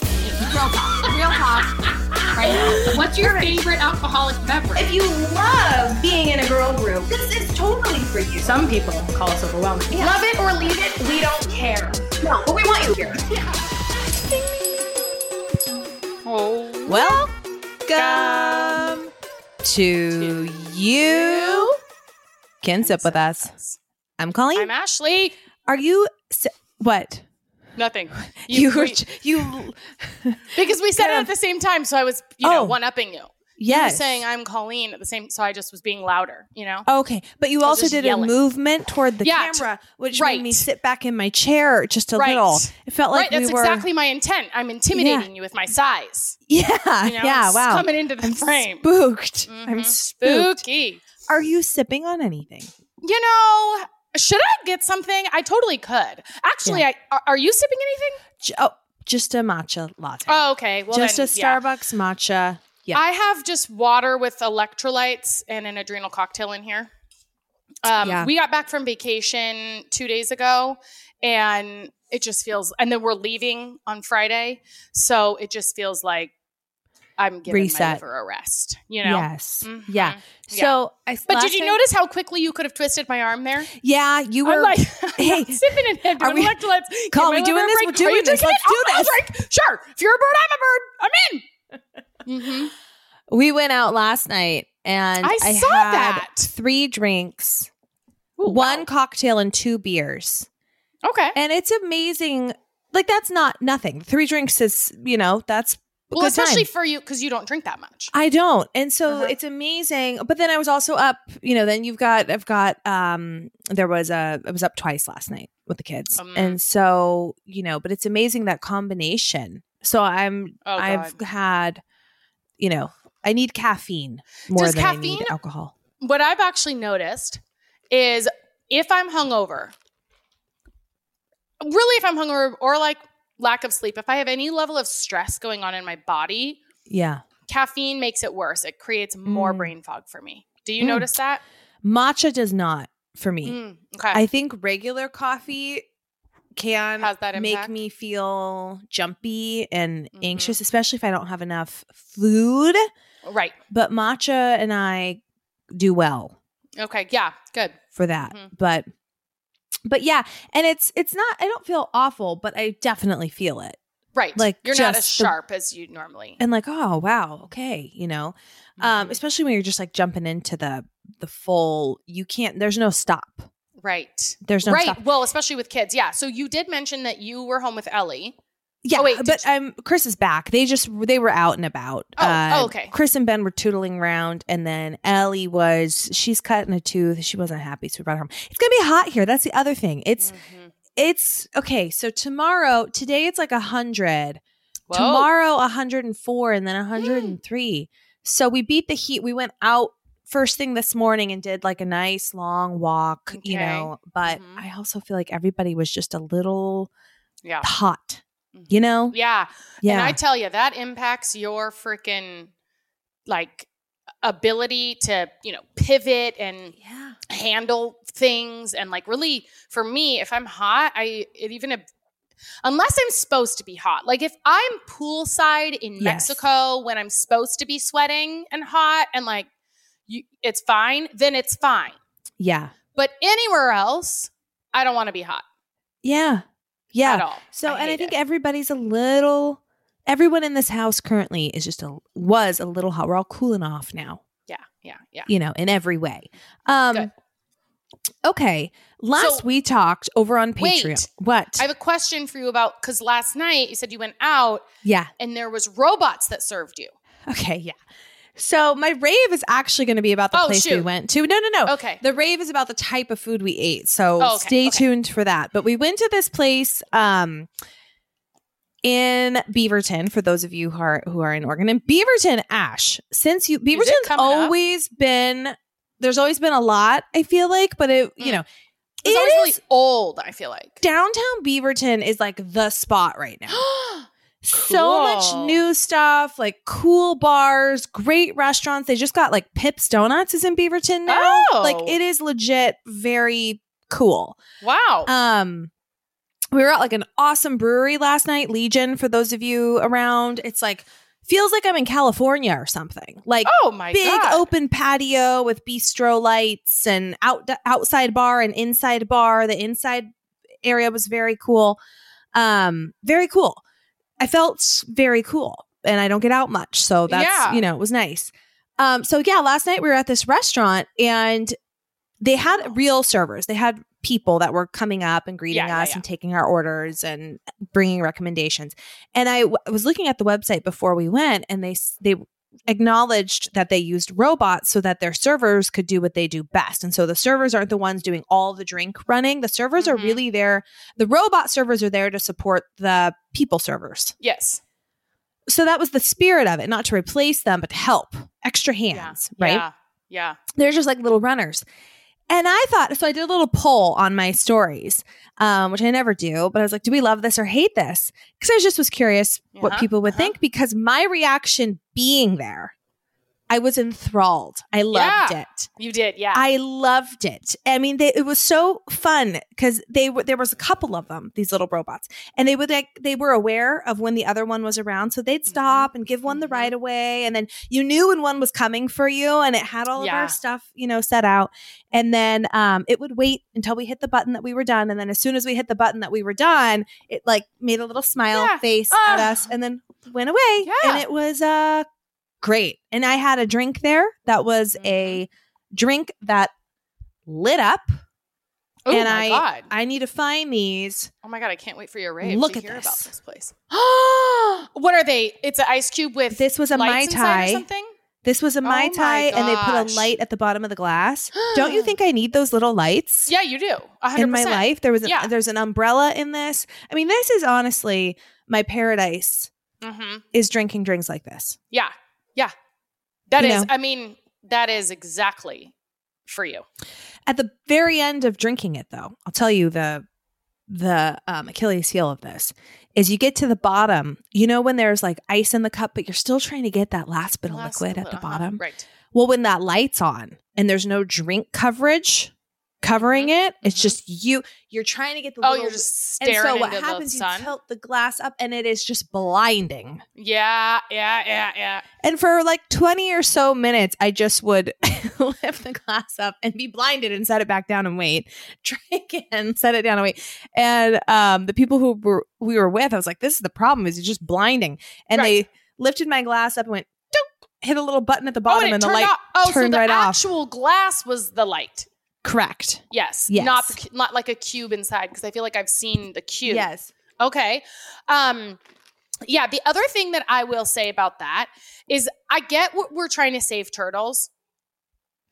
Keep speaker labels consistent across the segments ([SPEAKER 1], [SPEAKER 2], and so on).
[SPEAKER 1] real talk. Real talk. Right now.
[SPEAKER 2] What's your favorite alcoholic beverage?
[SPEAKER 3] If you love being in a girl group, this is totally for you.
[SPEAKER 1] Some people call us overwhelming.
[SPEAKER 3] Love it or leave it, we don't care. No, but we want you here.
[SPEAKER 2] Oh.
[SPEAKER 4] Welcome to you. Can sip with us. I'm Colleen.
[SPEAKER 2] I'm Ashley.
[SPEAKER 4] Are you si- what?
[SPEAKER 2] Nothing.
[SPEAKER 4] You, were
[SPEAKER 2] we-
[SPEAKER 4] you
[SPEAKER 2] because we said
[SPEAKER 4] Yeah.
[SPEAKER 2] it at the same time, so I was you know
[SPEAKER 4] Oh.
[SPEAKER 2] one upping you. You were
[SPEAKER 4] yes. Oh,
[SPEAKER 2] saying I'm Colleen at the same, so I just was being louder. You know.
[SPEAKER 4] Okay, but you
[SPEAKER 2] was
[SPEAKER 4] also
[SPEAKER 2] just
[SPEAKER 4] did
[SPEAKER 2] yelling.
[SPEAKER 4] a movement toward the
[SPEAKER 2] Yeah, t-
[SPEAKER 4] camera, which
[SPEAKER 2] right.
[SPEAKER 4] made me sit back in my chair just a
[SPEAKER 2] Right.
[SPEAKER 4] little. It felt like
[SPEAKER 2] right. That's
[SPEAKER 4] we were.
[SPEAKER 2] exactly my intent. I'm intimidating you with my size.
[SPEAKER 4] yeah,
[SPEAKER 2] You know?
[SPEAKER 4] yeah.
[SPEAKER 2] It's
[SPEAKER 4] Wow.
[SPEAKER 2] Coming into the
[SPEAKER 4] I'm
[SPEAKER 2] frame.
[SPEAKER 4] spooked. I'm
[SPEAKER 2] Mhm.
[SPEAKER 4] spooked.
[SPEAKER 2] Spooky.
[SPEAKER 4] Are you sipping on anything?
[SPEAKER 2] You know. Should I get something? I totally could. Actually, I are, are you sipping anything?
[SPEAKER 4] J- oh, just a matcha latte.
[SPEAKER 2] Oh, okay. Well,
[SPEAKER 4] just
[SPEAKER 2] then,
[SPEAKER 4] a
[SPEAKER 2] yeah.
[SPEAKER 4] Starbucks matcha. Yeah.
[SPEAKER 2] I have just water with electrolytes and an adrenal cocktail in here. Um,
[SPEAKER 4] Yeah.
[SPEAKER 2] We got back from vacation two days ago, and it just feels. And then we're leaving on Friday, so it just feels like I'm giving my
[SPEAKER 4] Reset.
[SPEAKER 2] liver a rest. You know.
[SPEAKER 4] Yes. Yeah.
[SPEAKER 2] Mhm. Yeah.
[SPEAKER 4] So I.
[SPEAKER 2] But
[SPEAKER 4] last
[SPEAKER 2] did you
[SPEAKER 4] time-
[SPEAKER 2] notice how quickly you could have twisted my arm there?
[SPEAKER 4] Yeah, you
[SPEAKER 2] I'm
[SPEAKER 4] were.
[SPEAKER 2] like,
[SPEAKER 4] hey,
[SPEAKER 2] sipping it and
[SPEAKER 4] are we-
[SPEAKER 2] electrolytes. Give
[SPEAKER 4] Colin,
[SPEAKER 2] my
[SPEAKER 4] we doing
[SPEAKER 2] liver a break.
[SPEAKER 4] this? We're doing
[SPEAKER 2] Are you
[SPEAKER 4] this.
[SPEAKER 2] taking
[SPEAKER 4] Let's
[SPEAKER 2] it?
[SPEAKER 4] do
[SPEAKER 2] Oh, I was like, sure. If you're a bird, I'm a bird. I'm in. hmm
[SPEAKER 4] we went out last night, and
[SPEAKER 2] I saw
[SPEAKER 4] had
[SPEAKER 2] that.
[SPEAKER 4] Three drinks,
[SPEAKER 2] Ooh, wow.
[SPEAKER 4] one cocktail, and two beers.
[SPEAKER 2] Okay.
[SPEAKER 4] And it's amazing. Like that's not nothing. Three drinks is, you know, that's a
[SPEAKER 2] Well,
[SPEAKER 4] good time.
[SPEAKER 2] especially for you because you don't drink that much.
[SPEAKER 4] I don't. And so
[SPEAKER 2] Uh-huh.
[SPEAKER 4] it's amazing. But then I was also up, you know, then you've got I've got um there was a I was up twice last night with the kids.
[SPEAKER 2] Um.
[SPEAKER 4] and so, you know, but it's amazing that combination. So I'm
[SPEAKER 2] Oh,
[SPEAKER 4] I've
[SPEAKER 2] God.
[SPEAKER 4] had you know, I need caffeine more
[SPEAKER 2] Does
[SPEAKER 4] than I
[SPEAKER 2] caffeine-
[SPEAKER 4] need alcohol.
[SPEAKER 2] What I've actually noticed is if I'm hungover, really, if I'm hungover or like lack of sleep, if I have any level of stress going on in my body,
[SPEAKER 4] Yeah.
[SPEAKER 2] caffeine makes it worse. It creates more
[SPEAKER 4] Mm.
[SPEAKER 2] brain fog for me. Do you
[SPEAKER 4] Mm.
[SPEAKER 2] notice that?
[SPEAKER 4] Matcha does not for me.
[SPEAKER 2] Mm, okay.
[SPEAKER 4] I think regular coffee can
[SPEAKER 2] Has that
[SPEAKER 4] make
[SPEAKER 2] impact?
[SPEAKER 4] me feel jumpy and
[SPEAKER 2] Mhm.
[SPEAKER 4] anxious, especially if I don't have enough food.
[SPEAKER 2] right.
[SPEAKER 4] But matcha and I do well
[SPEAKER 2] Okay. Yeah. Good.
[SPEAKER 4] for that.
[SPEAKER 2] Mhm.
[SPEAKER 4] But but yeah, and it's it's not I don't feel awful, but I definitely feel it.
[SPEAKER 2] Right.
[SPEAKER 4] Like,
[SPEAKER 2] you're not as
[SPEAKER 4] just the-
[SPEAKER 2] sharp as you normally.
[SPEAKER 4] And like, oh wow, okay, you know. Um,
[SPEAKER 2] Mhm.
[SPEAKER 4] especially when you're just like jumping into the the full you can't there's no stop.
[SPEAKER 2] right.
[SPEAKER 4] There's no
[SPEAKER 2] right. Oh,
[SPEAKER 4] stop.
[SPEAKER 2] Well, especially with kids. Yeah. So you did mention that you were home with Ellie.
[SPEAKER 4] Yeah,
[SPEAKER 2] Oh, wait, did
[SPEAKER 4] but um, Chris is back. They just they were out and about. Uh,
[SPEAKER 2] Oh, oh, okay.
[SPEAKER 4] Chris and Ben were tootling around, and then Ellie was she's cutting a tooth. She wasn't happy, so we brought her home. It's gonna be hot here. That's the other thing. It's
[SPEAKER 2] Mhm.
[SPEAKER 4] it's okay. So tomorrow, today it's like a hundred.
[SPEAKER 2] Whoa.
[SPEAKER 4] Tomorrow, a hundred and four, and then a hundred and three. So we beat the heat. We went out first thing this morning and did like a nice long walk. You
[SPEAKER 2] Okay.
[SPEAKER 4] know, but
[SPEAKER 2] Mhm.
[SPEAKER 4] I also feel like everybody was just a little
[SPEAKER 2] Yeah.
[SPEAKER 4] hot. You know,
[SPEAKER 2] Yeah.
[SPEAKER 4] yeah.
[SPEAKER 2] And I tell you, that impacts your freaking like ability to, you know, pivot and
[SPEAKER 4] Yeah.
[SPEAKER 2] handle things. And like, really, for me, if I'm hot, I, it even, unless I'm supposed to be hot, like if I'm poolside in
[SPEAKER 4] Yes.
[SPEAKER 2] Mexico when I'm supposed to be sweating and hot and like, you, it's fine, then it's fine.
[SPEAKER 4] Yeah.
[SPEAKER 2] But anywhere else, I don't want to be hot
[SPEAKER 4] Yeah.
[SPEAKER 2] at
[SPEAKER 4] Yeah.
[SPEAKER 2] all.
[SPEAKER 4] So, and I
[SPEAKER 2] hate
[SPEAKER 4] think
[SPEAKER 2] it.
[SPEAKER 4] everybody's a little, everyone in this house currently is just a, was a little hot. We're all cooling off now,
[SPEAKER 2] yeah, yeah, yeah.
[SPEAKER 4] you know, in every way. Um,
[SPEAKER 2] Good.
[SPEAKER 4] Okay. Last
[SPEAKER 2] So-
[SPEAKER 4] we talked over on
[SPEAKER 2] Wait.
[SPEAKER 4] Patreon. what?
[SPEAKER 2] I have a question for you about because last night you said you went out
[SPEAKER 4] yeah.
[SPEAKER 2] and there was robots that served you.
[SPEAKER 4] Okay. Yeah. So my rave is actually going to be about the
[SPEAKER 2] Oh,
[SPEAKER 4] place we
[SPEAKER 2] shoot.
[SPEAKER 4] went to. No, no, no.
[SPEAKER 2] Okay.
[SPEAKER 4] The rave is about the type of food we ate. So
[SPEAKER 2] Oh, okay,
[SPEAKER 4] stay
[SPEAKER 2] okay.
[SPEAKER 4] tuned for that. But we went to this place um in Beaverton for those of you who are who are in Oregon. And Beaverton, Ash, since you Beaverton's
[SPEAKER 2] coming up?
[SPEAKER 4] always been there's always been a lot, I feel like, but it you
[SPEAKER 2] Mm.
[SPEAKER 4] know
[SPEAKER 2] It
[SPEAKER 4] it
[SPEAKER 2] was always
[SPEAKER 4] is-
[SPEAKER 2] really old. I feel like.
[SPEAKER 4] downtown Beaverton is like the spot right now. So
[SPEAKER 2] Cool.
[SPEAKER 4] much new stuff, like cool bars, great restaurants. They just got like Pips Donuts is in Beaverton now.
[SPEAKER 2] oh,
[SPEAKER 4] Like it is um, legit very cool.
[SPEAKER 2] Wow.
[SPEAKER 4] Um we were at like an awesome brewery last night, Legion, for those of you around. It's like, feels like I'm in California or something. Like,
[SPEAKER 2] Oh my
[SPEAKER 4] big
[SPEAKER 2] god!
[SPEAKER 4] open patio with bistro lights and out outside bar and inside bar. The inside area was very cool. Um, very cool. I felt very cool, and I don't get out much, so that's
[SPEAKER 2] Yeah.
[SPEAKER 4] you know it was nice. Um, so yeah, last night we were at this restaurant and they had real servers. They had people that were coming up and greeting
[SPEAKER 2] Yeah, yeah,
[SPEAKER 4] us
[SPEAKER 2] yeah.
[SPEAKER 4] and taking our orders and bringing recommendations. And I w- was looking at the website before we went, and they s- they acknowledged that they used robots so that their servers could do what they do best. And so the servers aren't the ones doing all the drink running. The servers
[SPEAKER 2] Mhm.
[SPEAKER 4] are really there. The robot servers are there to support the people servers.
[SPEAKER 2] yes,
[SPEAKER 4] So that was the spirit of it, not to replace them, but to help extra hands, right?
[SPEAKER 2] Yeah, yeah.
[SPEAKER 4] they're just like little runners. And I thought, so I did a little poll on my stories, um, which I never do, but I was like, do we love this or hate this? Because I just was curious what
[SPEAKER 2] Uh-huh,
[SPEAKER 4] people would
[SPEAKER 2] uh-huh.
[SPEAKER 4] think because my reaction being there, I was enthralled. I loved
[SPEAKER 2] Yeah.
[SPEAKER 4] it.
[SPEAKER 2] You did, yeah.
[SPEAKER 4] I loved it. I mean, they, it was so fun because they were there was a couple of them, these little robots, and they would like they were aware of when the other one was around, so
[SPEAKER 2] Mm-hmm.
[SPEAKER 4] they'd stop and give one the
[SPEAKER 2] Mhm.
[SPEAKER 4] right away, and then you knew when one was coming for you, and it had all of
[SPEAKER 2] Yeah.
[SPEAKER 4] our stuff, you know, set out, and then um, it would wait until we hit the button that we were done, and then as soon as we hit the button that we were done, it like made a little smile
[SPEAKER 2] Yeah.
[SPEAKER 4] face at
[SPEAKER 2] Ah.
[SPEAKER 4] us, and then went away,
[SPEAKER 2] Yeah.
[SPEAKER 4] and it was uh great. And I had a drink there that was
[SPEAKER 2] Mm-hmm.
[SPEAKER 4] a drink that lit up.
[SPEAKER 2] oh
[SPEAKER 4] and
[SPEAKER 2] my god!
[SPEAKER 4] I need to find these.
[SPEAKER 2] oh my god! I can't wait for your rave.
[SPEAKER 4] Look
[SPEAKER 2] to
[SPEAKER 4] at
[SPEAKER 2] hear
[SPEAKER 4] this.
[SPEAKER 2] about this place. what are they? It's an ice cube with
[SPEAKER 4] This was a mai
[SPEAKER 2] lights inside or
[SPEAKER 4] tai.
[SPEAKER 2] something.
[SPEAKER 4] This was a
[SPEAKER 2] my
[SPEAKER 4] mai tai, and they put a
[SPEAKER 2] gosh.
[SPEAKER 4] light at the bottom of the glass. Don't you think I need those little lights
[SPEAKER 2] Yeah, you do. hundred
[SPEAKER 4] in my life? There was a,
[SPEAKER 2] Yeah.
[SPEAKER 4] there's an umbrella in this. I mean, this is honestly my paradise.
[SPEAKER 2] Mm-hmm.
[SPEAKER 4] Is drinking drinks like this?
[SPEAKER 2] Yeah, yeah. That
[SPEAKER 4] You
[SPEAKER 2] is.
[SPEAKER 4] know.
[SPEAKER 2] I mean, that is exactly for you.
[SPEAKER 4] At the very end of drinking it, though, I'll tell you the the um, Achilles heel of this is you get to the bottom. You know when there's like ice in the cup, but you're still trying to get that last bit of
[SPEAKER 2] Last
[SPEAKER 4] liquid at
[SPEAKER 2] little-
[SPEAKER 4] the
[SPEAKER 2] uh-huh,
[SPEAKER 4] bottom.
[SPEAKER 2] Right.
[SPEAKER 4] Well, when that light's on and there's no drink coverage covering it, it's
[SPEAKER 2] mhm.
[SPEAKER 4] just you. You're trying to get the.
[SPEAKER 2] Oh,
[SPEAKER 4] little-
[SPEAKER 2] you're just
[SPEAKER 4] And
[SPEAKER 2] staring
[SPEAKER 4] so what
[SPEAKER 2] into
[SPEAKER 4] happens?
[SPEAKER 2] the
[SPEAKER 4] You
[SPEAKER 2] sun.
[SPEAKER 4] tilt the glass up, and it is just blinding.
[SPEAKER 2] yeah, yeah, yeah, yeah. Oh,
[SPEAKER 4] And for like twenty or so minutes, I just would lift the glass up and be blinded, and set it back down and wait. Try again, set it down and wait. And um, the people who were we were with, I was like, "This is the problem. Is it's just blinding?" And
[SPEAKER 2] Right.
[SPEAKER 4] they lifted my glass up and went, "Doop," hit a little button at the bottom,
[SPEAKER 2] oh, and, it
[SPEAKER 4] and, the
[SPEAKER 2] turned
[SPEAKER 4] light.
[SPEAKER 2] off. Oh,
[SPEAKER 4] turned
[SPEAKER 2] so the
[SPEAKER 4] right off.
[SPEAKER 2] actual glass was the light.
[SPEAKER 4] Correct.
[SPEAKER 2] Yes.
[SPEAKER 4] Yes.
[SPEAKER 2] Not the, cu- not like a cube inside because I feel like I've seen the cube.
[SPEAKER 4] Yes.
[SPEAKER 2] Okay. Um, yeah, the other thing that I will say about that is I get what we're trying to save turtles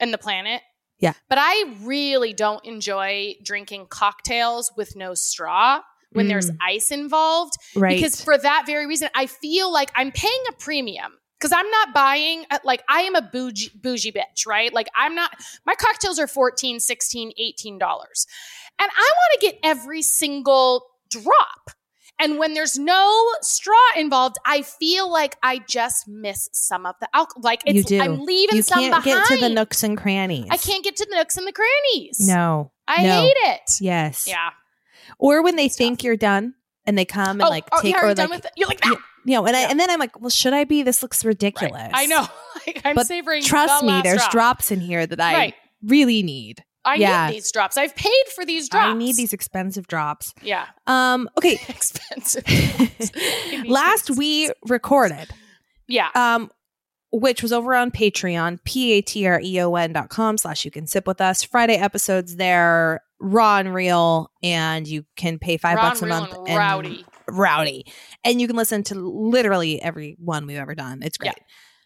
[SPEAKER 2] and the planet.
[SPEAKER 4] Yeah.
[SPEAKER 2] But I really don't enjoy drinking cocktails with no straw when there's ice involved
[SPEAKER 4] Mm, right.
[SPEAKER 2] because for that very reason I feel like I'm paying a premium because I'm not buying uh, like I am a bougie, bougie bitch, right? Like I'm not my cocktails are 14, 16, 18 dollars. And I want to get every single drop. And when there's no straw involved, I feel like I just miss some of the alcohol. Like
[SPEAKER 4] You
[SPEAKER 2] it's
[SPEAKER 4] do.
[SPEAKER 2] I'm leaving
[SPEAKER 4] you
[SPEAKER 2] some
[SPEAKER 4] can't
[SPEAKER 2] behind.
[SPEAKER 4] get to the nooks and crannies.
[SPEAKER 2] I can't get to the nooks and the crannies.
[SPEAKER 4] No.
[SPEAKER 2] I
[SPEAKER 4] no.
[SPEAKER 2] hate it.
[SPEAKER 4] Yes.
[SPEAKER 2] Yeah.
[SPEAKER 4] Or when they
[SPEAKER 2] It's
[SPEAKER 4] think you're done and they come and
[SPEAKER 2] oh,
[SPEAKER 4] like
[SPEAKER 2] oh,
[SPEAKER 4] take
[SPEAKER 2] yeah, are
[SPEAKER 4] or
[SPEAKER 2] you
[SPEAKER 4] like
[SPEAKER 2] done with it? You're like, "No."
[SPEAKER 4] you know, and I
[SPEAKER 2] Yeah.
[SPEAKER 4] and then I'm like, well, should I be? This looks
[SPEAKER 2] Right.
[SPEAKER 4] ridiculous.
[SPEAKER 2] I know. Like, I'm
[SPEAKER 4] But
[SPEAKER 2] savoring.
[SPEAKER 4] Trust
[SPEAKER 2] the
[SPEAKER 4] me,
[SPEAKER 2] last
[SPEAKER 4] there's
[SPEAKER 2] drop.
[SPEAKER 4] drops in here that I
[SPEAKER 2] Right.
[SPEAKER 4] really need.
[SPEAKER 2] I
[SPEAKER 4] Yeah.
[SPEAKER 2] need these drops. I've paid for these drops.
[SPEAKER 4] I need these expensive drops.
[SPEAKER 2] Yeah.
[SPEAKER 4] Um, okay.
[SPEAKER 2] Expensive. drops. I need
[SPEAKER 4] Last
[SPEAKER 2] these.
[SPEAKER 4] we recorded,
[SPEAKER 2] Yeah.
[SPEAKER 4] um, which was over on Patreon, P A T R E O N dot com slash you can sip with us. Friday episodes there, raw and real, and you can pay five
[SPEAKER 2] Ron
[SPEAKER 4] bucks a
[SPEAKER 2] Real
[SPEAKER 4] month.
[SPEAKER 2] And rowdy.
[SPEAKER 4] Rowdy. And you can listen to literally every one we've ever done. It's
[SPEAKER 2] Yeah.
[SPEAKER 4] great.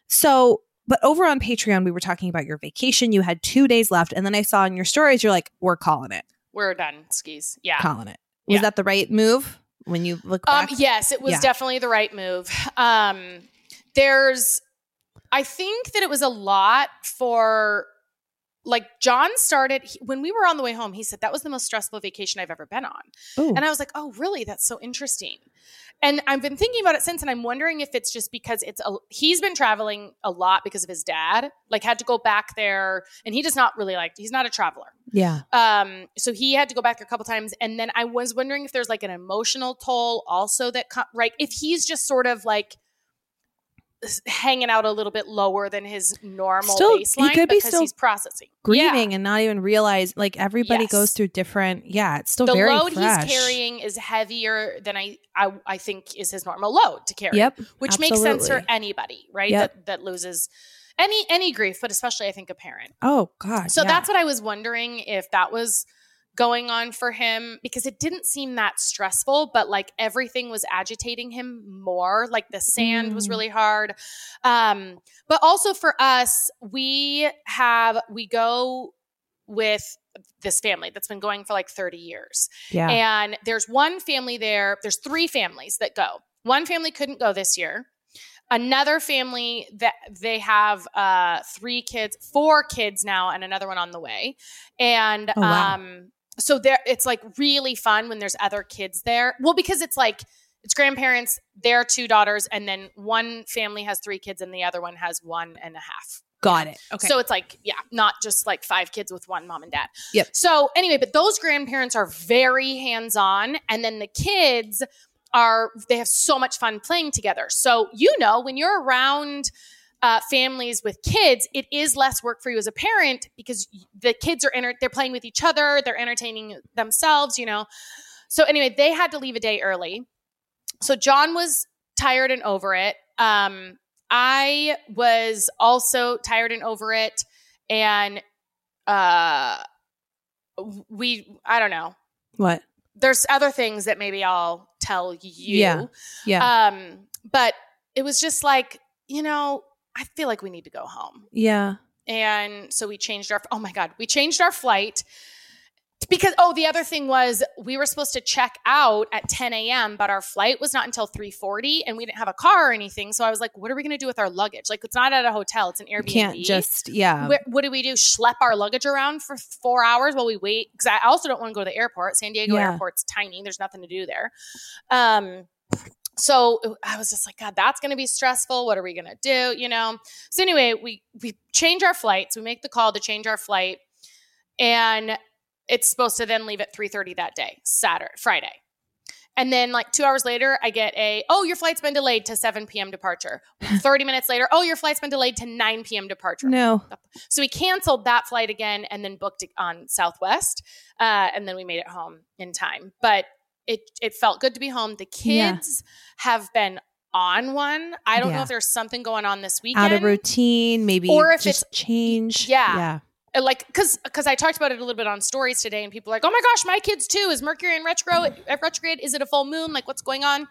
[SPEAKER 4] So but over on Patreon, we were talking about your vacation. You had two days left. And then I saw in your stories, you're like, we're calling it,
[SPEAKER 2] We're done. Skis. Yeah.
[SPEAKER 4] calling it. Was
[SPEAKER 2] Yeah.
[SPEAKER 4] that the right move when you look
[SPEAKER 2] Um,
[SPEAKER 4] back?
[SPEAKER 2] yes, it was
[SPEAKER 4] Yeah.
[SPEAKER 2] definitely the right move. Um, there's, I think that it was a lot for like John started he- when we were on the way home. He said that was the most stressful vacation I've ever been on,
[SPEAKER 4] Ooh.
[SPEAKER 2] and I was like, "Oh, really? That's so interesting." And I've been thinking about it since, and I'm wondering if it's just because it's a, he's been traveling a lot because of his dad, like had to go back there, and he does not really like he's not a traveler.
[SPEAKER 4] yeah.
[SPEAKER 2] Um, so he had to go back there a couple times, and then I was wondering if there's like an emotional toll also that co- like if he's just sort of like s- hanging out a little bit lower than his normal
[SPEAKER 4] Still- he
[SPEAKER 2] baseline
[SPEAKER 4] could be
[SPEAKER 2] because
[SPEAKER 4] still
[SPEAKER 2] he's processing
[SPEAKER 4] grieving and not even realize like everybody
[SPEAKER 2] Yes.
[SPEAKER 4] goes through different yeah it's still
[SPEAKER 2] Yeah. The
[SPEAKER 4] very
[SPEAKER 2] load
[SPEAKER 4] fresh.
[SPEAKER 2] he's carrying is heavier than I, I I think is his normal load to carry.
[SPEAKER 4] yep
[SPEAKER 2] Which makes sense for
[SPEAKER 4] absolutely.
[SPEAKER 2] anybody, right?
[SPEAKER 4] Yep.
[SPEAKER 2] That that loses any any grief, but especially I think a parent.
[SPEAKER 4] oh god
[SPEAKER 2] So
[SPEAKER 4] yeah.
[SPEAKER 2] that's what I was wondering if that was going on for him because it didn't seem that stressful, but like everything was agitating him more. Like the sand was
[SPEAKER 4] Mm.
[SPEAKER 2] really hard. Um, but also for us, we have, we go with this family that's been going for like 30 years.
[SPEAKER 4] yeah
[SPEAKER 2] And there's one family there, there's three families that go. One family couldn't go this year. Another family that they have uh, three kids, four kids now, and another one on the way. And
[SPEAKER 4] Oh, wow.
[SPEAKER 2] um, so there, it's like really fun when there's other kids there. Well, because it's like it's grandparents, their two daughters, and then one family has three kids, and the other one has one and a half.
[SPEAKER 4] got it okay
[SPEAKER 2] So it's like, yeah, not just like five kids with one mom and dad.
[SPEAKER 4] Yep.
[SPEAKER 2] So anyway, but those grandparents are very hands on. And then the kids are, they have so much fun playing together. So, you know, when you're around, uh, families with kids, it is less work for you as a parent because y- the kids are enter- they're playing with each other, they're entertaining themselves, you know. So anyway, they had to leave a day early. So John was tired and over it. Um, I was also tired and over it, and uh, w- we I don't know.
[SPEAKER 4] what
[SPEAKER 2] There's other things that maybe I'll tell you.
[SPEAKER 4] Yeah. yeah
[SPEAKER 2] Um, but it was just like you know I feel like we need to go home,
[SPEAKER 4] yeah
[SPEAKER 2] and so we changed our oh my god we changed our flight because oh the other thing was we were supposed to check out at 10 a.m but our flight was not until 3.40 and we didn't have a car or anything so i was like what are we going to do with our luggage like it's not at a hotel it's an
[SPEAKER 4] you
[SPEAKER 2] airbnb
[SPEAKER 4] can't just yeah
[SPEAKER 2] Where- what do we do? Schlep our luggage around for four hours while we wait? Because I also don't want to go to the airport. San Diego
[SPEAKER 4] Yeah.
[SPEAKER 2] airport's tiny. There's nothing to do there. Um, so I was just like, God, that's going to be stressful. What are we going to do? You know. So anyway, we we change our flights. We make the call to change our flight, and it's supposed to then leave at three thirty that day, Saturday, Friday. And then, like two hours later, I get a, oh, your flight's been delayed to 7 p.m. departure. 30 minutes later, oh, your flight's been delayed to 9 p.m. departure.
[SPEAKER 4] no
[SPEAKER 2] So we canceled that flight again and then booked it on Southwest. Uh, and then we made it home in time. But it it felt good to be home. The
[SPEAKER 4] Yeah.
[SPEAKER 2] kids have been on one. I don't know
[SPEAKER 4] Yeah.
[SPEAKER 2] if there's something going on this weekend.
[SPEAKER 4] out of routine maybe
[SPEAKER 2] Or if
[SPEAKER 4] just change
[SPEAKER 2] yeah.
[SPEAKER 4] yeah
[SPEAKER 2] Uh, Like, because because I talked about it a little bit on stories today, and people are like, oh my gosh, my kids too. Is Mercury in retro at retrograde? Is it a full moon? Like, what's going on?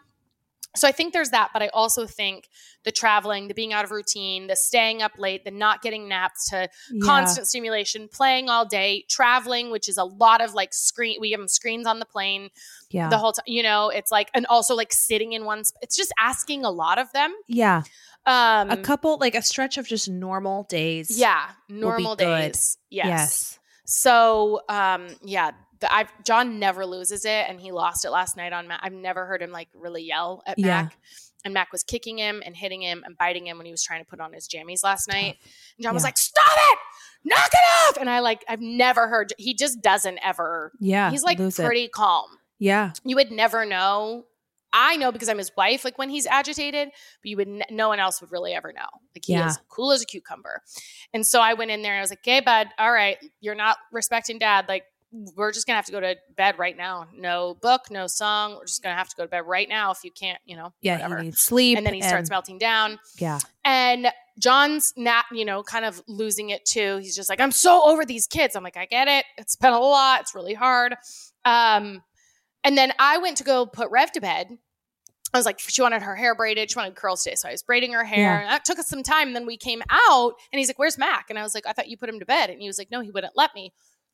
[SPEAKER 2] So I think there's that, but I also think the traveling, the being out of routine, the staying up late, the not getting naps to
[SPEAKER 4] yeah.
[SPEAKER 2] constant stimulation, playing all day, traveling, which is a lot of like screen. We give them screens on the plane
[SPEAKER 4] yeah
[SPEAKER 2] the whole time. You know, it's like and also like sitting in one. Sp- it's just asking a lot of them.
[SPEAKER 4] yeah
[SPEAKER 2] Um,
[SPEAKER 4] a couple like a stretch of just normal days
[SPEAKER 2] yeah, normal
[SPEAKER 4] good.
[SPEAKER 2] days. Yes. So, um, yeah. The, I've, John never loses it, and he lost it last night on Mac. I've never heard him like really yell at
[SPEAKER 4] Yeah.
[SPEAKER 2] Mac. And Mac was kicking him and hitting him and biting him when he was trying to put on his jammies last night. And John was
[SPEAKER 4] Yeah.
[SPEAKER 2] like, "Stop it! Knock it off!" And I like, I've never heard. He just doesn't ever
[SPEAKER 4] yeah
[SPEAKER 2] he's like
[SPEAKER 4] lose it.
[SPEAKER 2] pretty calm.
[SPEAKER 4] yeah
[SPEAKER 2] You would never know. I know because I'm his wife, like when he's agitated, but you would, n- no one else would really ever know. Like he
[SPEAKER 4] Yeah.
[SPEAKER 2] is cool as a cucumber. And so I went in there and I was like, hey, bud, all right, you're not respecting dad. Like, we're just gonna have to go to bed right now. No book, no song. We're just gonna have to go to bed right now if you can't, you know,
[SPEAKER 4] yeah
[SPEAKER 2] whatever.
[SPEAKER 4] he needs sleep
[SPEAKER 2] And then he starts melting down.
[SPEAKER 4] yeah
[SPEAKER 2] And John's not, you know, kind of losing it too. He's just like, I'm so over these kids. I'm like, I get it. It's been a lot. It's really hard. Um, and then I went to go put Rev to bed. I was like, she wanted her hair braided. She wanted curls today. So I was braiding her hair.
[SPEAKER 4] Yeah.
[SPEAKER 2] And that took us some time. And then we came out and he's like, Where's Mac? And I was like, I thought you put him to bed. And he was like, No, he wouldn't let me.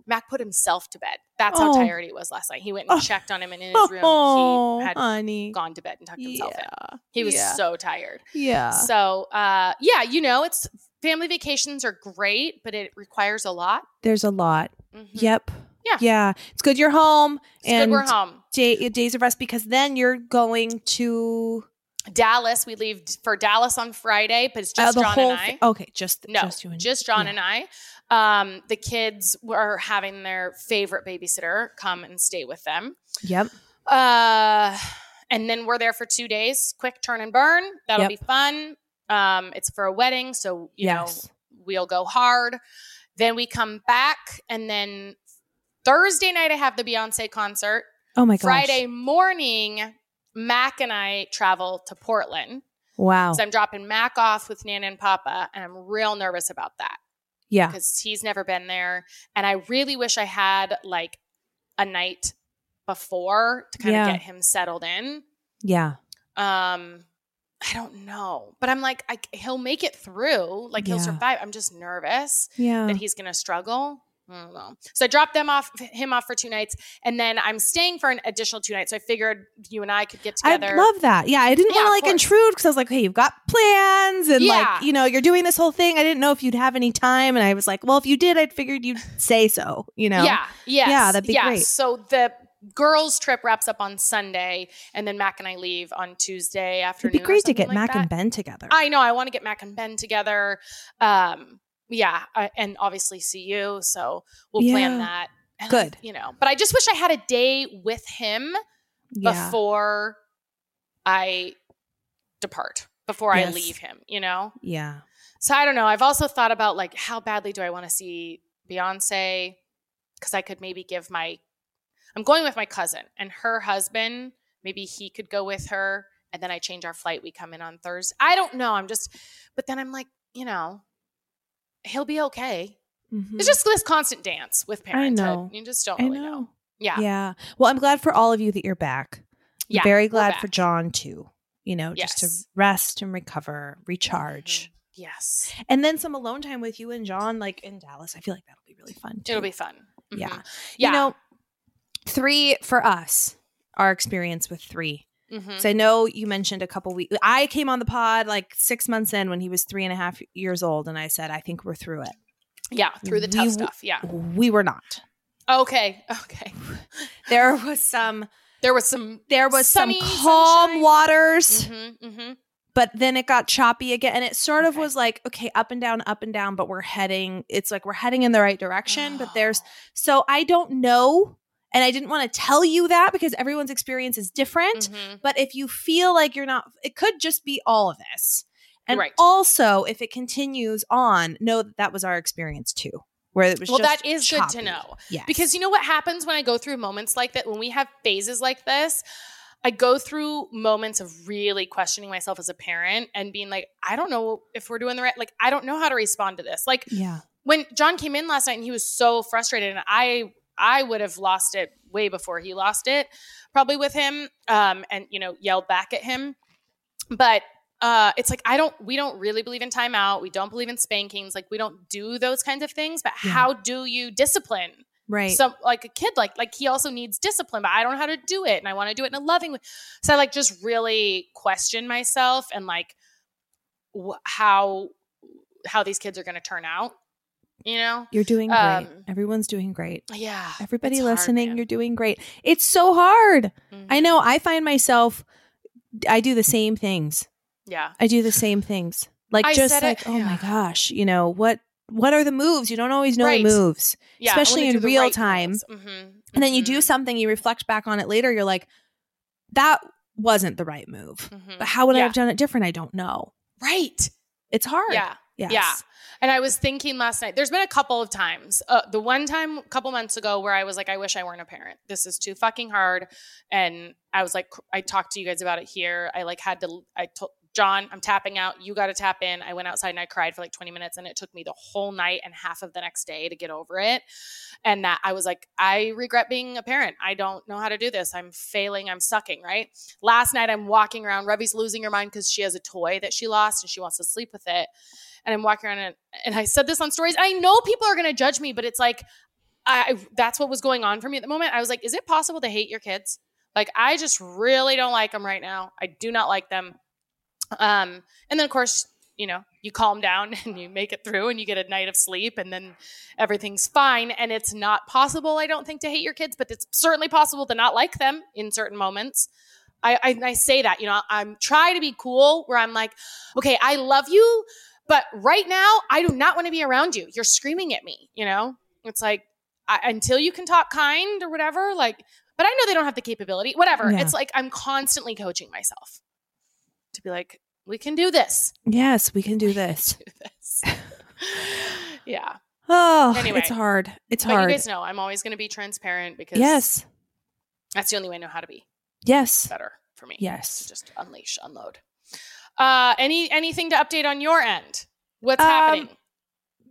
[SPEAKER 2] Mac put himself to bed. That's how
[SPEAKER 4] Oh.
[SPEAKER 2] tired he was last night. He went and
[SPEAKER 4] Oh.
[SPEAKER 2] checked on him and in his room,
[SPEAKER 4] oh
[SPEAKER 2] he had
[SPEAKER 4] honey
[SPEAKER 2] gone to bed and tucked himself
[SPEAKER 4] yeah
[SPEAKER 2] in. He was
[SPEAKER 4] yeah.
[SPEAKER 2] so tired.
[SPEAKER 4] yeah
[SPEAKER 2] So uh yeah, you know, it's family vacations are great, but it requires a lot.
[SPEAKER 4] There's a lot.
[SPEAKER 2] Mhm.
[SPEAKER 4] Yep.
[SPEAKER 2] Yeah.
[SPEAKER 4] Yeah. It's good you're home
[SPEAKER 2] It's
[SPEAKER 4] and
[SPEAKER 2] good we're home.
[SPEAKER 4] Day, days of rest because then you're going to
[SPEAKER 2] Dallas, we leave for Dallas on Friday, but it's
[SPEAKER 4] uh,
[SPEAKER 2] just
[SPEAKER 4] the
[SPEAKER 2] John
[SPEAKER 4] whole.
[SPEAKER 2] and I.
[SPEAKER 4] thi- okay, just
[SPEAKER 2] No,
[SPEAKER 4] just
[SPEAKER 2] just,
[SPEAKER 4] you and
[SPEAKER 2] John
[SPEAKER 4] yeah.
[SPEAKER 2] and I. Um, the kids were having their favorite babysitter come and stay with them.
[SPEAKER 4] Yep.
[SPEAKER 2] Uh, and then we're there for two days. Quick turn and burn. That'll
[SPEAKER 4] Yep.
[SPEAKER 2] be fun. Um, it's for a wedding, so you
[SPEAKER 4] Yes.
[SPEAKER 2] know we'll go hard. Then we come back, and then Thursday night I have the Beyonce concert.
[SPEAKER 4] Oh my gosh.
[SPEAKER 2] Friday morning, Mac and I travel to Portland.
[SPEAKER 4] Wow.
[SPEAKER 2] So I'm dropping Mac off with Nana and Papa, and I'm real nervous about that
[SPEAKER 4] yeah.
[SPEAKER 2] because he's never been there. And I really wish I had like a night before to kind
[SPEAKER 4] Yeah.
[SPEAKER 2] of get him settled in.
[SPEAKER 4] Yeah.
[SPEAKER 2] Um, I don't know, but I'm like, I, he'll make it through. Like he'll
[SPEAKER 4] Yeah.
[SPEAKER 2] survive. I'm just nervous
[SPEAKER 4] Yeah.
[SPEAKER 2] that he's going to struggle. I don't know. So I dropped them off, him off for two nights, and then I'm staying for an additional two nights. So I figured you and I could get
[SPEAKER 4] I
[SPEAKER 2] together.
[SPEAKER 4] love that. Yeah, I didn't
[SPEAKER 2] Yeah,
[SPEAKER 4] want
[SPEAKER 2] of
[SPEAKER 4] to like
[SPEAKER 2] course.
[SPEAKER 4] intrude because I was like, "Hey, you've got plans, and
[SPEAKER 2] Yeah.
[SPEAKER 4] like, you know, you're doing this whole thing." I didn't know if you'd have any time, and I was like, "Well, if you did, I figured you'd say so." You know?
[SPEAKER 2] Yeah. Yes.
[SPEAKER 4] Yeah, that'd be
[SPEAKER 2] yes.
[SPEAKER 4] great.
[SPEAKER 2] So the girls' trip wraps up on Sunday, and then Mac and I leave on Tuesday afternoon.
[SPEAKER 4] it'd be
[SPEAKER 2] or
[SPEAKER 4] great to
[SPEAKER 2] something
[SPEAKER 4] get
[SPEAKER 2] like
[SPEAKER 4] Mac
[SPEAKER 2] that.
[SPEAKER 4] and Ben together.
[SPEAKER 2] I know. I want to get Mac and Ben together. Um, yeah, I, and obviously see you. So we'll
[SPEAKER 4] Yeah.
[SPEAKER 2] plan that. And,
[SPEAKER 4] Good.
[SPEAKER 2] You know, but I just wish I had a day with him
[SPEAKER 4] yeah,
[SPEAKER 2] before I depart. Before I
[SPEAKER 4] Yes.
[SPEAKER 2] leave him, you know.
[SPEAKER 4] yeah,
[SPEAKER 2] So I don't know. I've also thought about like how badly do I want to see Beyonce? Because I could maybe give my, I'm going with my cousin and her husband. Maybe he could go with her, and then I change our flight. We come in on Thursday. I don't know. I'm just, but then I'm like, you know, he'll be okay.
[SPEAKER 4] Mhm.
[SPEAKER 2] It's just this constant dance with parenthood.
[SPEAKER 4] know.
[SPEAKER 2] You just don't
[SPEAKER 4] I
[SPEAKER 2] really know.
[SPEAKER 4] know.
[SPEAKER 2] Yeah.
[SPEAKER 4] Yeah. Well, I'm glad for all of you that you're back. I'm
[SPEAKER 2] Yeah,
[SPEAKER 4] very
[SPEAKER 2] we're
[SPEAKER 4] glad for
[SPEAKER 2] back.
[SPEAKER 4] John too. You know, just
[SPEAKER 2] Yes.
[SPEAKER 4] to rest and recover, recharge,
[SPEAKER 2] Mhm. Yes.
[SPEAKER 4] and then some alone time with you and John, like in Dallas. I feel like that'll be really fun too.
[SPEAKER 2] It'll be fun. Mhm.
[SPEAKER 4] Yeah.
[SPEAKER 2] Yeah.
[SPEAKER 4] You know, three for us, our experience with three.
[SPEAKER 2] Mhm.
[SPEAKER 4] So I know you mentioned a couple weeks. I came on the pod like six months in when he was three and a half years old, and I said, I think we're through it.
[SPEAKER 2] Yeah. Through the
[SPEAKER 4] we
[SPEAKER 2] tough
[SPEAKER 4] w-
[SPEAKER 2] stuff. Yeah.
[SPEAKER 4] We were not.
[SPEAKER 2] Okay. Okay.
[SPEAKER 4] There was some.
[SPEAKER 2] There was some.
[SPEAKER 4] There was
[SPEAKER 2] Sunny,
[SPEAKER 4] some calm
[SPEAKER 2] sunshine.
[SPEAKER 4] waters,
[SPEAKER 2] Mhm, mhm.
[SPEAKER 4] but then it got choppy again, and it sort of
[SPEAKER 2] Okay.
[SPEAKER 4] was like, okay, up and down, up and down, but we're heading. It's like we're heading in the right direction, but there's
[SPEAKER 2] Ah.
[SPEAKER 4] so I don't know, and I didn't want to tell you that because everyone's experience is different.
[SPEAKER 2] Mhm.
[SPEAKER 4] But if you feel like you're not, it could just be all of this. And
[SPEAKER 2] Right.
[SPEAKER 4] also, if it continues on, know that that was our experience too, where it was
[SPEAKER 2] Well,
[SPEAKER 4] just
[SPEAKER 2] that is good
[SPEAKER 4] choppy.
[SPEAKER 2] to know
[SPEAKER 4] Yes.
[SPEAKER 2] because you know what happens when I go through moments like that, when we have phases like this. I go through moments of really questioning myself as a parent and being like, I don't know if we're doing the right, like, I don't know how to respond to this. Like,
[SPEAKER 4] yeah,
[SPEAKER 2] when John came in last night and he was so frustrated and I I would have lost it way before he lost it probably with him um and you know yelled back at him but uh it's like I don't we don't really believe in timeout we don't believe in spankings like we don't do those kinds of things but
[SPEAKER 4] Yeah.
[SPEAKER 2] how do you discipline
[SPEAKER 4] right.
[SPEAKER 2] some like a kid like like he also needs discipline but I don't know how to do it and I want to do it in a loving way so I like just really question myself and like wh- how how these kids are going to turn out you know
[SPEAKER 4] you're doing great.
[SPEAKER 2] um,
[SPEAKER 4] Everyone's doing great.
[SPEAKER 2] yeah.
[SPEAKER 4] Everybody
[SPEAKER 2] it's hard,
[SPEAKER 4] listening,
[SPEAKER 2] man.
[SPEAKER 4] you're doing great. It's so hard. I
[SPEAKER 2] Mhm.
[SPEAKER 4] know. I find myself. I do the same things.
[SPEAKER 2] Yeah.
[SPEAKER 4] I do the same things. Like
[SPEAKER 2] I
[SPEAKER 4] just
[SPEAKER 2] said it-
[SPEAKER 4] like, oh my
[SPEAKER 2] yeah.
[SPEAKER 4] gosh, you know what? What are the moves? You don't always know
[SPEAKER 2] Right.
[SPEAKER 4] the moves.
[SPEAKER 2] Yeah.
[SPEAKER 4] especially in real time.
[SPEAKER 2] hmm And
[SPEAKER 4] and then you
[SPEAKER 2] Mm-hmm.
[SPEAKER 4] do something you reflect back on it later you're like that wasn't the right move but how would i
[SPEAKER 2] Yeah.
[SPEAKER 4] have done it different i don't know
[SPEAKER 2] Right.
[SPEAKER 4] it's hard
[SPEAKER 2] Yeah.
[SPEAKER 4] Yes.
[SPEAKER 2] Yeah. And I was thinking last night, there's been a couple of times. Uh, the one time a couple months ago where I was like, I wish I weren't a parent. This is too fucking hard. And I was like, I talked to you guys about it here. I like had to, I told John, I'm tapping out. You got to tap in. I went outside and I cried for like 20 minutes. And it took me the whole night and half of the next day to get over it. And that I was like, I regret being a parent. I don't know how to do this. I'm failing. I'm sucking, right? Last night I'm walking around. Revi's losing her mind because she has a toy that she lost and she wants to sleep with it and I'm walking around and, and I said this on stories. I know people are going to judge me, but it's like, I, I- that's what was going on for me at the moment. I was like, is it possible to hate your kids? Like, I just really don't like them right now. I do not like them. Um, and then of course you know, you calm down and you make it through and you get a night of sleep and then everything's fine. And it's not possible, I don't think, to hate your kids, but it's certainly possible to not like them in certain moments. I, I, I say that, you know, I'm try to be cool where I'm like, okay, I love you, but right now I do not want to be around you. You're screaming at me, you know? It's like I, until you can talk kind or whatever, like, but I know they don't have the capability, whatever.
[SPEAKER 4] Yeah.
[SPEAKER 2] It's like I'm constantly coaching myself to be like, we can do this.
[SPEAKER 4] Yes, we can do this.
[SPEAKER 2] Do this. yeah.
[SPEAKER 4] Oh,
[SPEAKER 2] Anyway.
[SPEAKER 4] it's hard. It's
[SPEAKER 2] But
[SPEAKER 4] hard.
[SPEAKER 2] you guys know I'm always going to be transparent because
[SPEAKER 4] Yes.
[SPEAKER 2] that's the only way I know how to be
[SPEAKER 4] Yes.
[SPEAKER 2] better for me. To
[SPEAKER 4] Yes.
[SPEAKER 2] just unleash, unload. Uh, any anything to update on your end? What's
[SPEAKER 4] Um,
[SPEAKER 2] happening?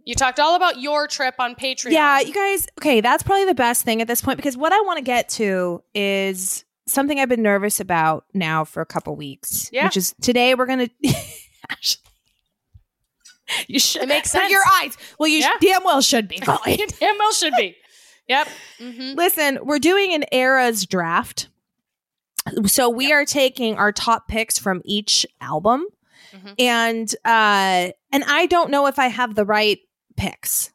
[SPEAKER 2] You talked all about your trip on Patreon.
[SPEAKER 4] Yeah, you guys, okay, that's probably the best thing at this point because what I want to get to is something I've been nervous about now for a couple weeks.
[SPEAKER 2] Yeah.
[SPEAKER 4] Which is today we're gonna Ashley, You should
[SPEAKER 2] It makes sense.
[SPEAKER 4] your eyes. Well, you sh-
[SPEAKER 2] Yeah.
[SPEAKER 4] damn well should be, Molly.
[SPEAKER 2] Damn well should be. Yep. hmm
[SPEAKER 4] Listen, we're doing an eras draft. So we are taking our top picks from each album.
[SPEAKER 2] Mhm.
[SPEAKER 4] And uh and I don't know if I have the right picks.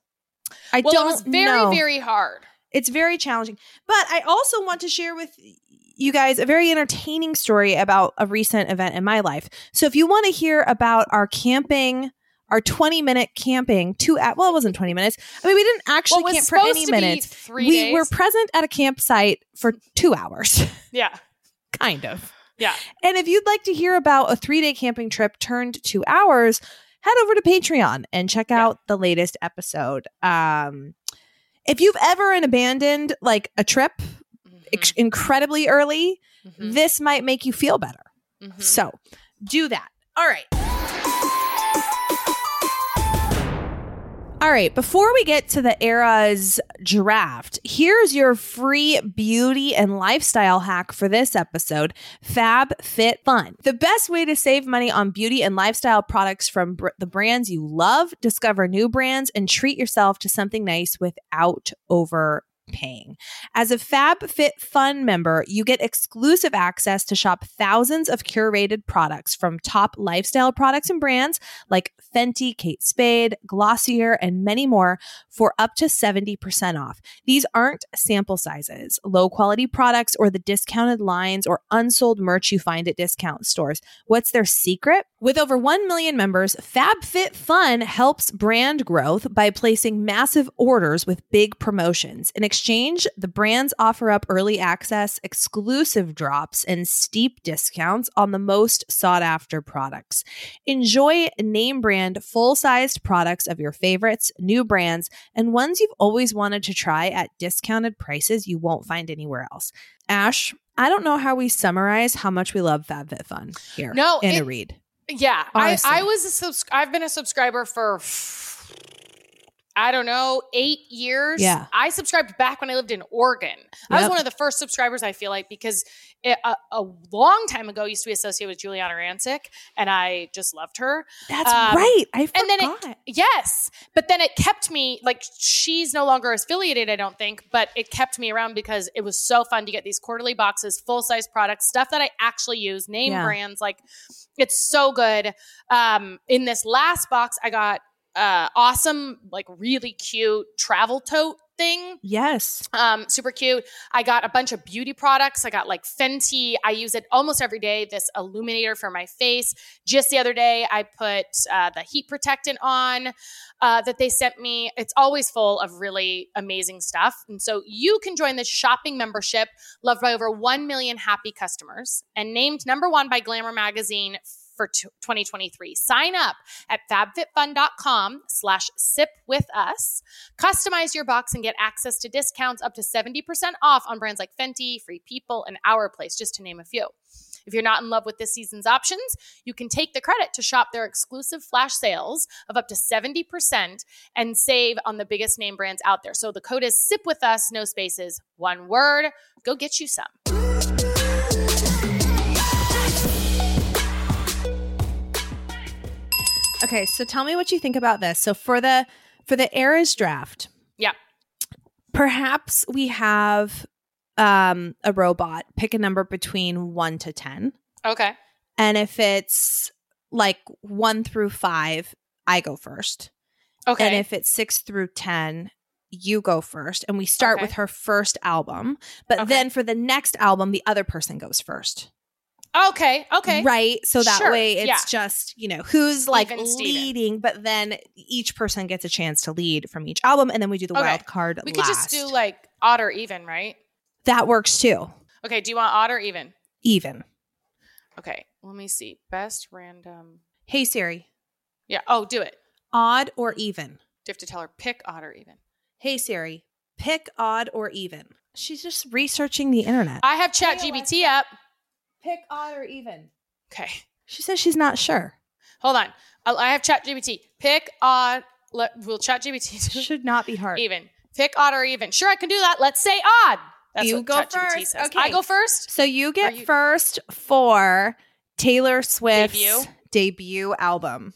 [SPEAKER 4] I
[SPEAKER 2] Well,
[SPEAKER 4] don't
[SPEAKER 2] it was very,
[SPEAKER 4] know.
[SPEAKER 2] very hard.
[SPEAKER 4] it's very challenging. But I also want to share with you guys a very entertaining story about a recent event in my life. So if you want to hear about our camping, our 20 minute camping, two at well, it wasn't 20 minutes. I mean, we didn't actually
[SPEAKER 2] Well, it was
[SPEAKER 4] camp for any
[SPEAKER 2] supposed to
[SPEAKER 4] minutes.
[SPEAKER 2] be three
[SPEAKER 4] we
[SPEAKER 2] days.
[SPEAKER 4] were present at a campsite for two hours,
[SPEAKER 2] yeah.
[SPEAKER 4] kind of.
[SPEAKER 2] Yeah.
[SPEAKER 4] And if you'd like to hear about a three day camping trip turned to hours, head over to Patreon and check
[SPEAKER 2] Yeah.
[SPEAKER 4] out the latest episode. Um, if you've ever abandoned like a trip
[SPEAKER 2] Mm-hmm,
[SPEAKER 4] ex- incredibly early,
[SPEAKER 2] Mhm.
[SPEAKER 4] this might make you feel better.
[SPEAKER 2] Mhm. Mhm.
[SPEAKER 4] So do that. All right. All right, before we get to the era's draft, here's your free beauty and lifestyle hack for this episode Fab Fit Fun. The best way to save money on beauty and lifestyle products from br- the brands you love, discover new brands, and treat yourself to something nice without overpaying. As a FabFitFun member, you get exclusive access to shop thousands of curated products from top lifestyle products and brands like Fenty, Kate Spade, Glossier, and many more for up to 70% off. These aren't sample sizes, low quality products, or the discounted lines or unsold merch you find at discount stores. What's their secret? With over 1 million members, FabFitFun helps brand growth by placing massive orders with big promotions. In exchange, the brands offer up early access, exclusive drops, and steep discounts on the most sought after products. Enjoy name brand, full sized products of your favorites, new brands, and ones you've always wanted to try at discounted prices you won't find anywhere else. Ash, I don't know how we summarize how much we love FabFitFun here.
[SPEAKER 2] No,
[SPEAKER 4] in
[SPEAKER 2] it-
[SPEAKER 4] a read.
[SPEAKER 2] Yeah, I,
[SPEAKER 4] Honestly.
[SPEAKER 2] I was a subs- I've been a subscriber for I don't know eight years.
[SPEAKER 4] Yeah.
[SPEAKER 2] I subscribed back when I lived in Oregon. I was
[SPEAKER 4] Yep.
[SPEAKER 2] one of the first subscribers. I feel like because it, a, a long time ago I used to be associated with Juliana Rancic, and I just loved her.
[SPEAKER 4] That's
[SPEAKER 2] Um,
[SPEAKER 4] right. I forgot.
[SPEAKER 2] and then it- Yes, but then it kept me like she's no longer affiliated, I don't think, but it kept me around because it was so fun to get these quarterly boxes, full size products, stuff that I actually use, name
[SPEAKER 4] Yeah.
[SPEAKER 2] brands. Like it's so good. Um, in this last box, I got uh, awesome, like really cute travel tote thing
[SPEAKER 4] yes.
[SPEAKER 2] um, super cute. I got a bunch of beauty products. I got like Fenty. I use it almost every day. This illuminator for my face. Just the other day, I put uh, the heat protectant on uh, that they sent me. It's always full of really amazing stuff. And so you can join this shopping membership loved by over 1 million happy customers and named number one by Glamour Magazine for t- 2023. Sign up at fabfitfun.com slash sip with us. Customize your box and get access to discounts up to 70% off on brands like Fenty, Free People, and Our Place, just to name a few. If you're not in love with this season's options, you can take the credit to shop their exclusive flash sales of up to 70% and save on the biggest name brands out there. So the code is SIP with us, no spaces, one word. Go get you some.
[SPEAKER 4] Okay, so tell me what you think about this. So for the for the eras draft,
[SPEAKER 2] Yeah.
[SPEAKER 4] perhaps we have um a robot pick a number between one to ten,
[SPEAKER 2] Okay.
[SPEAKER 4] and if it's like one through five, I go first.
[SPEAKER 2] Okay.
[SPEAKER 4] And if it's six through 10, you go first. And we start
[SPEAKER 2] Okay.
[SPEAKER 4] with her first album. But
[SPEAKER 2] Okay.
[SPEAKER 4] then for the next album, the other person goes first.
[SPEAKER 2] okay. Okay.
[SPEAKER 4] Right. So that
[SPEAKER 2] Sure.
[SPEAKER 4] way it's
[SPEAKER 2] Yeah.
[SPEAKER 4] just, you know, who's like
[SPEAKER 2] Even Steven.
[SPEAKER 4] leading, but then each person gets a chance to lead from each album. And then we do the
[SPEAKER 2] Okay.
[SPEAKER 4] wild card.
[SPEAKER 2] We could just
[SPEAKER 4] last.
[SPEAKER 2] do like odd or even, right?
[SPEAKER 4] that works too.
[SPEAKER 2] Okay. Do you want odd or even?
[SPEAKER 4] Even.
[SPEAKER 2] Okay. Let me see. Best random.
[SPEAKER 4] Hey Siri,
[SPEAKER 2] Yeah. Oh, do it.
[SPEAKER 4] odd or
[SPEAKER 2] Do
[SPEAKER 4] even?
[SPEAKER 2] you have to tell her pick odd or even?
[SPEAKER 4] Hey Siri, pick odd or even. She's just researching the internet.
[SPEAKER 2] I have Chat GBT up.
[SPEAKER 4] Pick odd or even.
[SPEAKER 2] Okay.
[SPEAKER 4] She says she's not sure.
[SPEAKER 2] Hold on. I- I have Chat GBT. Pick odd. Let, will Chat GBT do
[SPEAKER 4] Should not be hard.
[SPEAKER 2] even? Pick odd or even. Sure, I can do that. Let's say odd. That's
[SPEAKER 4] You
[SPEAKER 2] what
[SPEAKER 4] go
[SPEAKER 2] ChatGPT
[SPEAKER 4] first.
[SPEAKER 2] says.
[SPEAKER 4] Okay.
[SPEAKER 2] I go first.
[SPEAKER 4] So you get
[SPEAKER 2] Are you-
[SPEAKER 4] first for Taylor Swift's
[SPEAKER 2] Debut?
[SPEAKER 4] debut, album.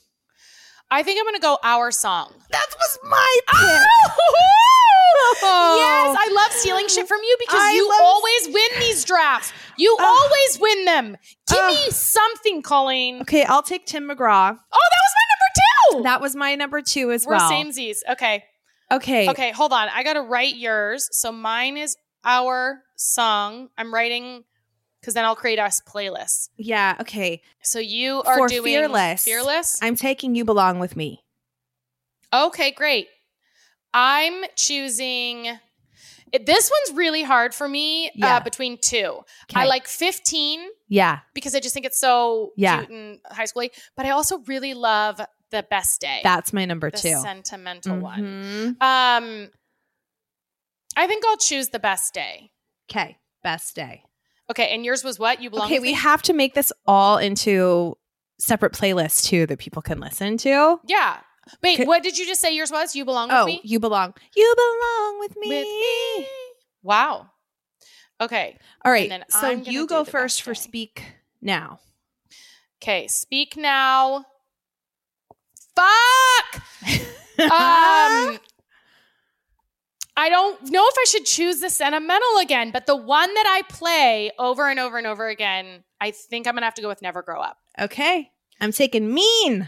[SPEAKER 2] I think I'm gonna go our song.
[SPEAKER 4] That was my
[SPEAKER 2] Yes, I love stealing shit from you because
[SPEAKER 4] I
[SPEAKER 2] you
[SPEAKER 4] love-
[SPEAKER 2] always win these drafts. You
[SPEAKER 4] Ugh.
[SPEAKER 2] always win them. Give
[SPEAKER 4] Ugh.
[SPEAKER 2] me something, Colleen.
[SPEAKER 4] okay, I'll take Tim McGraw.
[SPEAKER 2] Oh, that was my number two.
[SPEAKER 4] That was my number two as
[SPEAKER 2] Oh. We're
[SPEAKER 4] well.
[SPEAKER 2] samesies. Okay.
[SPEAKER 4] Okay.
[SPEAKER 2] Okay, hold on. I gotta write yours. So mine is our song. I'm writing because then I'll create us playlists.
[SPEAKER 4] Yeah. Okay.
[SPEAKER 2] So you are
[SPEAKER 4] For
[SPEAKER 2] doing
[SPEAKER 4] Fearless.
[SPEAKER 2] Fearless.
[SPEAKER 4] I'm taking You Belong With Me.
[SPEAKER 2] okay, great. I'm choosing. it- this one's really hard for me.
[SPEAKER 4] Yeah.
[SPEAKER 2] Uh, between two, I
[SPEAKER 4] Okay.
[SPEAKER 2] like 15
[SPEAKER 4] Yeah.
[SPEAKER 2] because I just think it's so
[SPEAKER 4] Yeah.
[SPEAKER 2] cute and high schooly. But I also really love the best day.
[SPEAKER 4] That's my number
[SPEAKER 2] the
[SPEAKER 4] two.
[SPEAKER 2] sentimental one.
[SPEAKER 4] Mhm.
[SPEAKER 2] Um, I think I'll choose the best day.
[SPEAKER 4] Okay. Best day.
[SPEAKER 2] Okay, and yours was what? You belong.
[SPEAKER 4] okay,
[SPEAKER 2] with
[SPEAKER 4] we
[SPEAKER 2] me?
[SPEAKER 4] have to make this all into separate playlists too that people can listen to.
[SPEAKER 2] Yeah. Wait,
[SPEAKER 4] Okay.
[SPEAKER 2] what did you just say yours was? You belong
[SPEAKER 4] Oh,
[SPEAKER 2] with me.
[SPEAKER 4] you belong. You belong with me.
[SPEAKER 2] With Wow. Okay.
[SPEAKER 4] All right.
[SPEAKER 2] then
[SPEAKER 4] So
[SPEAKER 2] I'm gonna
[SPEAKER 4] you
[SPEAKER 2] do
[SPEAKER 4] go
[SPEAKER 2] the
[SPEAKER 4] first
[SPEAKER 2] best
[SPEAKER 4] for
[SPEAKER 2] day.
[SPEAKER 4] speak now.
[SPEAKER 2] Okay. Speak now. Fuck. Um. I don't know if I should choose the sentimental again, but the one that I play over and over and over again, I think I'm gonna have to go with Never Grow Up.
[SPEAKER 4] okay. I'm taking mean.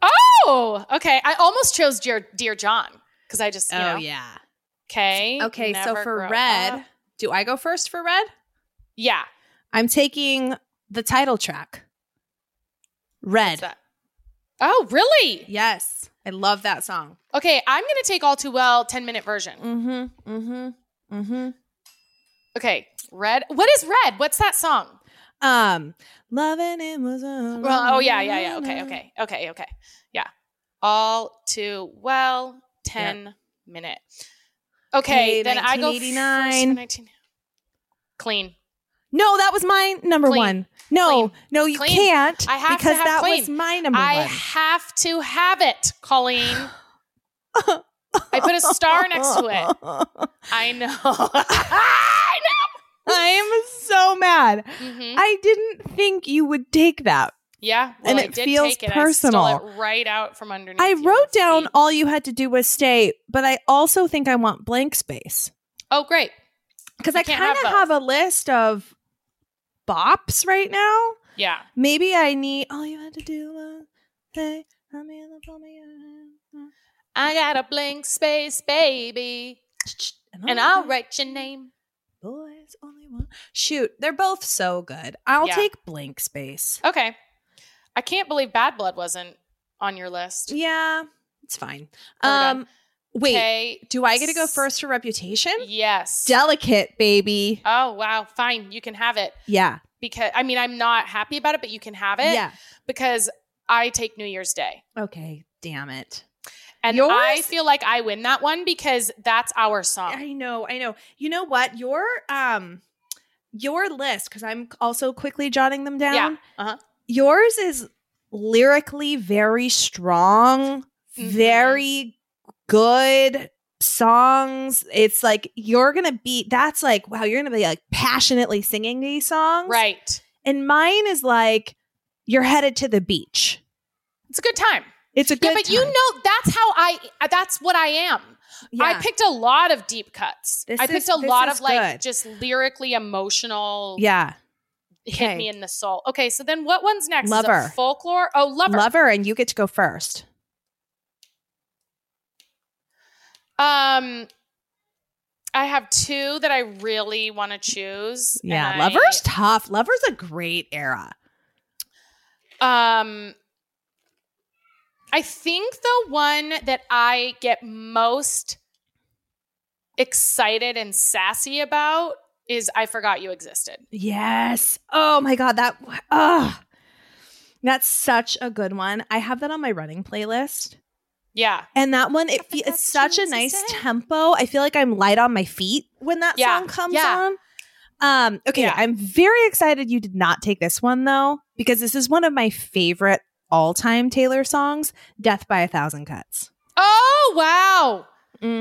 [SPEAKER 2] Oh, okay. I almost chose Dear, Dear John because I just, you know.
[SPEAKER 4] Oh, yeah.
[SPEAKER 2] Okay.
[SPEAKER 4] Okay, so
[SPEAKER 2] Oh, Never
[SPEAKER 4] for
[SPEAKER 2] Grow
[SPEAKER 4] red,
[SPEAKER 2] Up.
[SPEAKER 4] do I go first for red?
[SPEAKER 2] yeah.
[SPEAKER 4] I'm taking the title track.
[SPEAKER 2] what's
[SPEAKER 4] Red.
[SPEAKER 2] that? Oh, really?
[SPEAKER 4] Yes. I love that song.
[SPEAKER 2] Okay, I'm gonna take all too well 10 minute version.
[SPEAKER 4] Mm-hmm. Mm-hmm. Mm-hmm.
[SPEAKER 2] Okay, red. What is red? What's that song?
[SPEAKER 4] Um, loving it was. a-
[SPEAKER 2] Well, oh yeah, yeah, yeah. Okay, okay, okay, okay. Yeah, all too well 10 minute. Okay,
[SPEAKER 4] Okay,
[SPEAKER 2] then I go
[SPEAKER 4] 1989.
[SPEAKER 2] first for 19 Clean.
[SPEAKER 4] No, that was my number
[SPEAKER 2] Clean.
[SPEAKER 4] one. No,
[SPEAKER 2] Clean.
[SPEAKER 4] no, you
[SPEAKER 2] Clean.
[SPEAKER 4] can't.
[SPEAKER 2] I have to
[SPEAKER 4] because
[SPEAKER 2] have
[SPEAKER 4] that
[SPEAKER 2] clean.
[SPEAKER 4] was my number
[SPEAKER 2] I
[SPEAKER 4] one.
[SPEAKER 2] have to have it, Colleen. I put a star next to it.
[SPEAKER 4] it.
[SPEAKER 2] I know. I
[SPEAKER 4] I am so mad.
[SPEAKER 2] know. Mhm.
[SPEAKER 4] I didn't think you would take that.
[SPEAKER 2] Yeah, well,
[SPEAKER 4] And
[SPEAKER 2] I
[SPEAKER 4] it
[SPEAKER 2] did
[SPEAKER 4] feels
[SPEAKER 2] take it. I stole
[SPEAKER 4] personal.
[SPEAKER 2] it right out from underneath.
[SPEAKER 4] I
[SPEAKER 2] your
[SPEAKER 4] wrote down
[SPEAKER 2] feet.
[SPEAKER 4] all you had to do was stay, but I also think I want blank space
[SPEAKER 2] Oh, great.
[SPEAKER 4] because
[SPEAKER 2] You
[SPEAKER 4] I
[SPEAKER 2] can't
[SPEAKER 4] kind
[SPEAKER 2] have
[SPEAKER 4] of
[SPEAKER 2] both.
[SPEAKER 4] have a list of bops right now.
[SPEAKER 2] Yeah.
[SPEAKER 4] Maybe I need all you had to do was say, I'm in the palm of your hand.
[SPEAKER 2] I got a blank space, baby, and
[SPEAKER 4] I'll
[SPEAKER 2] I'll write your name.
[SPEAKER 4] Boys only one. Shoot, they're both so good. I'll
[SPEAKER 2] Yeah.
[SPEAKER 4] take blank space.
[SPEAKER 2] Okay. I can't believe Bad Blood wasn't on your list.
[SPEAKER 4] Yeah, it's fine.
[SPEAKER 2] We're done.
[SPEAKER 4] Um, wait,
[SPEAKER 2] Okay.
[SPEAKER 4] do I get to go first for reputation?
[SPEAKER 2] Yes.
[SPEAKER 4] Delicate, baby.
[SPEAKER 2] oh, wow. Fine. You can have it
[SPEAKER 4] yeah,
[SPEAKER 2] because I mean, I'm not happy about it, but you can have it
[SPEAKER 4] yeah.
[SPEAKER 2] because I take New Year's Day.
[SPEAKER 4] Okay, damn it.
[SPEAKER 2] And
[SPEAKER 4] Yours-
[SPEAKER 2] I feel like I win that one because that's our song.
[SPEAKER 4] I know, I know. You know what? Your um, your list because I'm also quickly jotting them down.
[SPEAKER 2] Yeah. Uh-huh.
[SPEAKER 4] Yours is lyrically very strong,
[SPEAKER 2] Mhm.
[SPEAKER 4] very good songs. It's like you're going to be that's like wow, you're going to be like passionately singing these songs.
[SPEAKER 2] Right.
[SPEAKER 4] And mine is like you're headed to the beach.
[SPEAKER 2] It's a good time.
[SPEAKER 4] It's a good
[SPEAKER 2] yeah, but you
[SPEAKER 4] time.
[SPEAKER 2] know that's how I that's what I am. I
[SPEAKER 4] Yeah.
[SPEAKER 2] picked a lot of deep cuts.
[SPEAKER 4] This
[SPEAKER 2] I picked
[SPEAKER 4] is-
[SPEAKER 2] a
[SPEAKER 4] this
[SPEAKER 2] lot
[SPEAKER 4] is
[SPEAKER 2] of like
[SPEAKER 4] good.
[SPEAKER 2] just lyrically emotional
[SPEAKER 4] yeah.
[SPEAKER 2] hit
[SPEAKER 4] Okay.
[SPEAKER 2] me in the soul. Okay, so then what one's next? Is it
[SPEAKER 4] Lover.
[SPEAKER 2] folklore. Oh, lover.
[SPEAKER 4] Lover, and you get to go first.
[SPEAKER 2] um, I have two that I really want to choose. and
[SPEAKER 4] Yeah,
[SPEAKER 2] I-
[SPEAKER 4] Lover's tough. Lover's a great era.
[SPEAKER 2] Um, I think the one that I get most excited and sassy about is "I Forgot You Existed."
[SPEAKER 4] Yes. Oh my god, that oh. That's such a good one. I have that on my running playlist.
[SPEAKER 2] Yeah,
[SPEAKER 4] And that one, it, fe-
[SPEAKER 3] forgot
[SPEAKER 4] it's
[SPEAKER 3] she
[SPEAKER 4] such a
[SPEAKER 3] existed.
[SPEAKER 4] nice tempo. I feel like I'm light on my feet when that
[SPEAKER 2] Yeah,
[SPEAKER 4] song comes
[SPEAKER 2] yeah.
[SPEAKER 4] on. Um, okay,
[SPEAKER 2] Yeah.
[SPEAKER 4] I'm very excited you did not take this one though, because this is one of my favorite all-time Taylor songs, "Death by a Thousand Cuts."
[SPEAKER 2] Oh wow.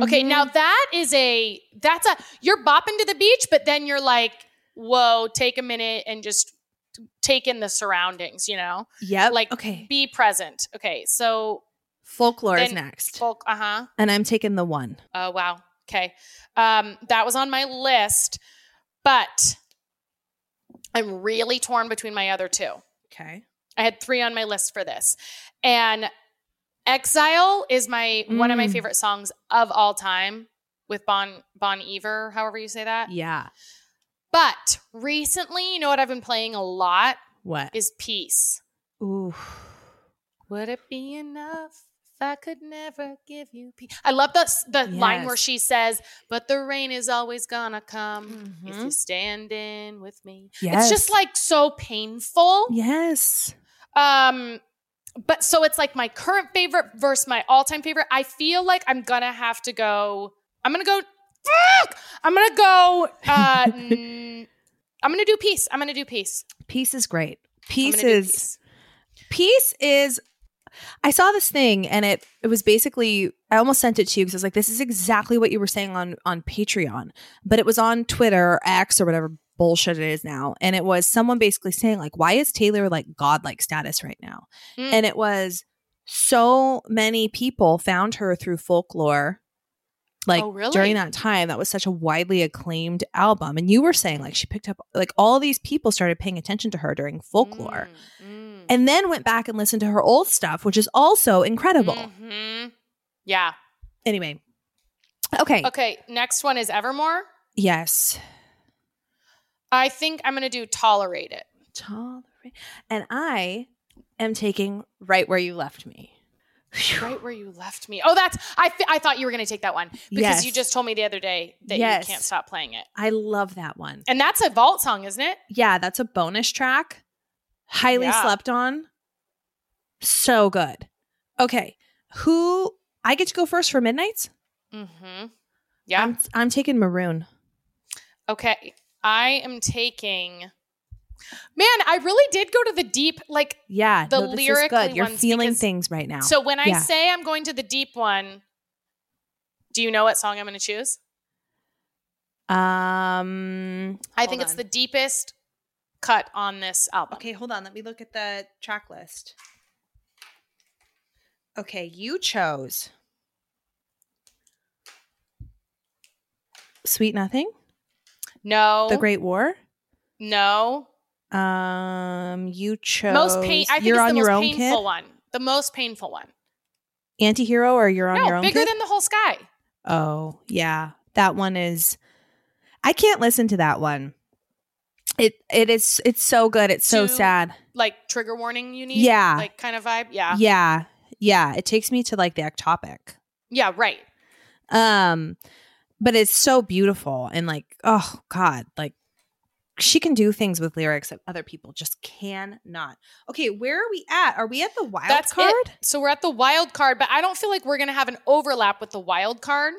[SPEAKER 2] Okay,
[SPEAKER 4] Mhm.
[SPEAKER 2] now that is a that's a you're bopping to the beach, but then you're like, whoa, take a minute and just take in the surroundings, you know?
[SPEAKER 4] yep,
[SPEAKER 2] like-
[SPEAKER 4] okay,
[SPEAKER 2] Be present. Okay, so
[SPEAKER 4] folklore is
[SPEAKER 2] then-
[SPEAKER 4] next,
[SPEAKER 2] folk uh-huh.
[SPEAKER 4] and I'm taking the one.
[SPEAKER 2] Oh wow. Okay. Um, that was on my list, but I'm really torn between my other two.
[SPEAKER 4] Okay,
[SPEAKER 2] I had three on my list for this. And Exile is my one of my
[SPEAKER 4] Mm.
[SPEAKER 2] favorite songs of all time with Bon Bon Iver, however you say that.
[SPEAKER 4] yeah,
[SPEAKER 2] But recently, you know what I've been playing a lot
[SPEAKER 4] what?
[SPEAKER 2] is peace.
[SPEAKER 4] Ooh,
[SPEAKER 2] Would it be enough if I could never give you peace? I love the s- the line where
[SPEAKER 4] Yes.
[SPEAKER 2] she says, "But the rain is always gonna come if
[SPEAKER 4] Mhm.
[SPEAKER 2] you stand in with me." It's
[SPEAKER 4] yes,
[SPEAKER 2] Mm-hmm. just like so painful.
[SPEAKER 4] yes,
[SPEAKER 2] Um, but so it's like my current favorite versus my all-time favorite. I feel like I'm gonna have to go. I'm gonna go. Fuck! I'm gonna go. Uh, mm, I'm gonna do peace. I'm gonna do peace.
[SPEAKER 4] peace is great.
[SPEAKER 2] I'm
[SPEAKER 4] Peace
[SPEAKER 2] gonna do
[SPEAKER 4] is. peace is i saw this thing and it it was basically i almost sent it to you because i was like this is exactly what you were saying on on patreon but it was on twitter or x or whatever bullshit it is now and it was someone basically saying like why is taylor like godlike status right now
[SPEAKER 2] Mm.
[SPEAKER 4] and it was so many people found her through folklore like
[SPEAKER 2] Oh, really?
[SPEAKER 4] during that time that was such a widely acclaimed album and you were saying like she picked up like all these people started paying attention to her during folklore
[SPEAKER 2] Mm, mm.
[SPEAKER 4] and then went back and listened to her old stuff, which is also incredible.
[SPEAKER 2] Mhm. Yeah.
[SPEAKER 4] Anyway. Okay.
[SPEAKER 2] Okay, next one is Evermore.
[SPEAKER 4] Yes.
[SPEAKER 2] I think I'm going to do Tolerate It.
[SPEAKER 4] Tolerate. And I am taking right where you left me. Phew.
[SPEAKER 2] Right where you left me. Oh, that's I. F- I thought you were going to take that one because
[SPEAKER 4] Yes.
[SPEAKER 2] you just told me the other day that
[SPEAKER 4] Yes.
[SPEAKER 2] you can't stop playing it,
[SPEAKER 4] I love that one.
[SPEAKER 2] and that's a vault song, isn't it?
[SPEAKER 4] Yeah, that's a bonus track. Highly
[SPEAKER 2] Yeah.
[SPEAKER 4] slept on. So good. Okay. Who I get to go first for Midnight's?
[SPEAKER 2] Mm-hmm. Yeah.
[SPEAKER 4] I'm I'm taking Maroon.
[SPEAKER 2] okay. I am taking. Man, I really did go to the deep. Like,
[SPEAKER 4] Yeah.
[SPEAKER 2] The
[SPEAKER 4] no, this is
[SPEAKER 2] lyrically
[SPEAKER 4] good. You're
[SPEAKER 2] ones
[SPEAKER 4] feeling
[SPEAKER 2] because-
[SPEAKER 4] things right now.
[SPEAKER 2] so when I
[SPEAKER 4] Yeah.
[SPEAKER 2] say I'm going to the deep one, do you know what song I'm going to choose?
[SPEAKER 4] um
[SPEAKER 2] I
[SPEAKER 4] Hold
[SPEAKER 2] think it's
[SPEAKER 4] on.
[SPEAKER 2] the deepest cut on this album.
[SPEAKER 4] Okay, hold on. Let me look at the track list. Okay, you chose Sweet Nothing,
[SPEAKER 2] No.
[SPEAKER 4] The Great War.
[SPEAKER 2] No.
[SPEAKER 4] Um, you chose
[SPEAKER 2] most pain. I think
[SPEAKER 4] You're
[SPEAKER 2] it's
[SPEAKER 4] on
[SPEAKER 2] the
[SPEAKER 4] your
[SPEAKER 2] most
[SPEAKER 4] own
[SPEAKER 2] painful
[SPEAKER 4] kid,
[SPEAKER 2] one. The most painful one.
[SPEAKER 4] Antihero, or You're on your
[SPEAKER 2] No,
[SPEAKER 4] own
[SPEAKER 2] bigger
[SPEAKER 4] kid.
[SPEAKER 2] than the whole sky.
[SPEAKER 4] oh, yeah, that one is. I can't listen to that one. It it is it's so good. It's so
[SPEAKER 2] Too-
[SPEAKER 4] sad.
[SPEAKER 2] Like trigger warning, you need.
[SPEAKER 4] Yeah.
[SPEAKER 2] Like kind of vibe. Yeah. Yeah.
[SPEAKER 4] yeah, yeah. It takes me to like the ectopic.
[SPEAKER 2] right.
[SPEAKER 4] Um, but it's so beautiful and like, oh God, like she can do things with lyrics that other people just cannot. Okay, where are we at? Are we at the wild
[SPEAKER 2] That's it.
[SPEAKER 4] card?
[SPEAKER 2] So we're at the wild card, but I don't feel like we're gonna have an overlap with the wild card.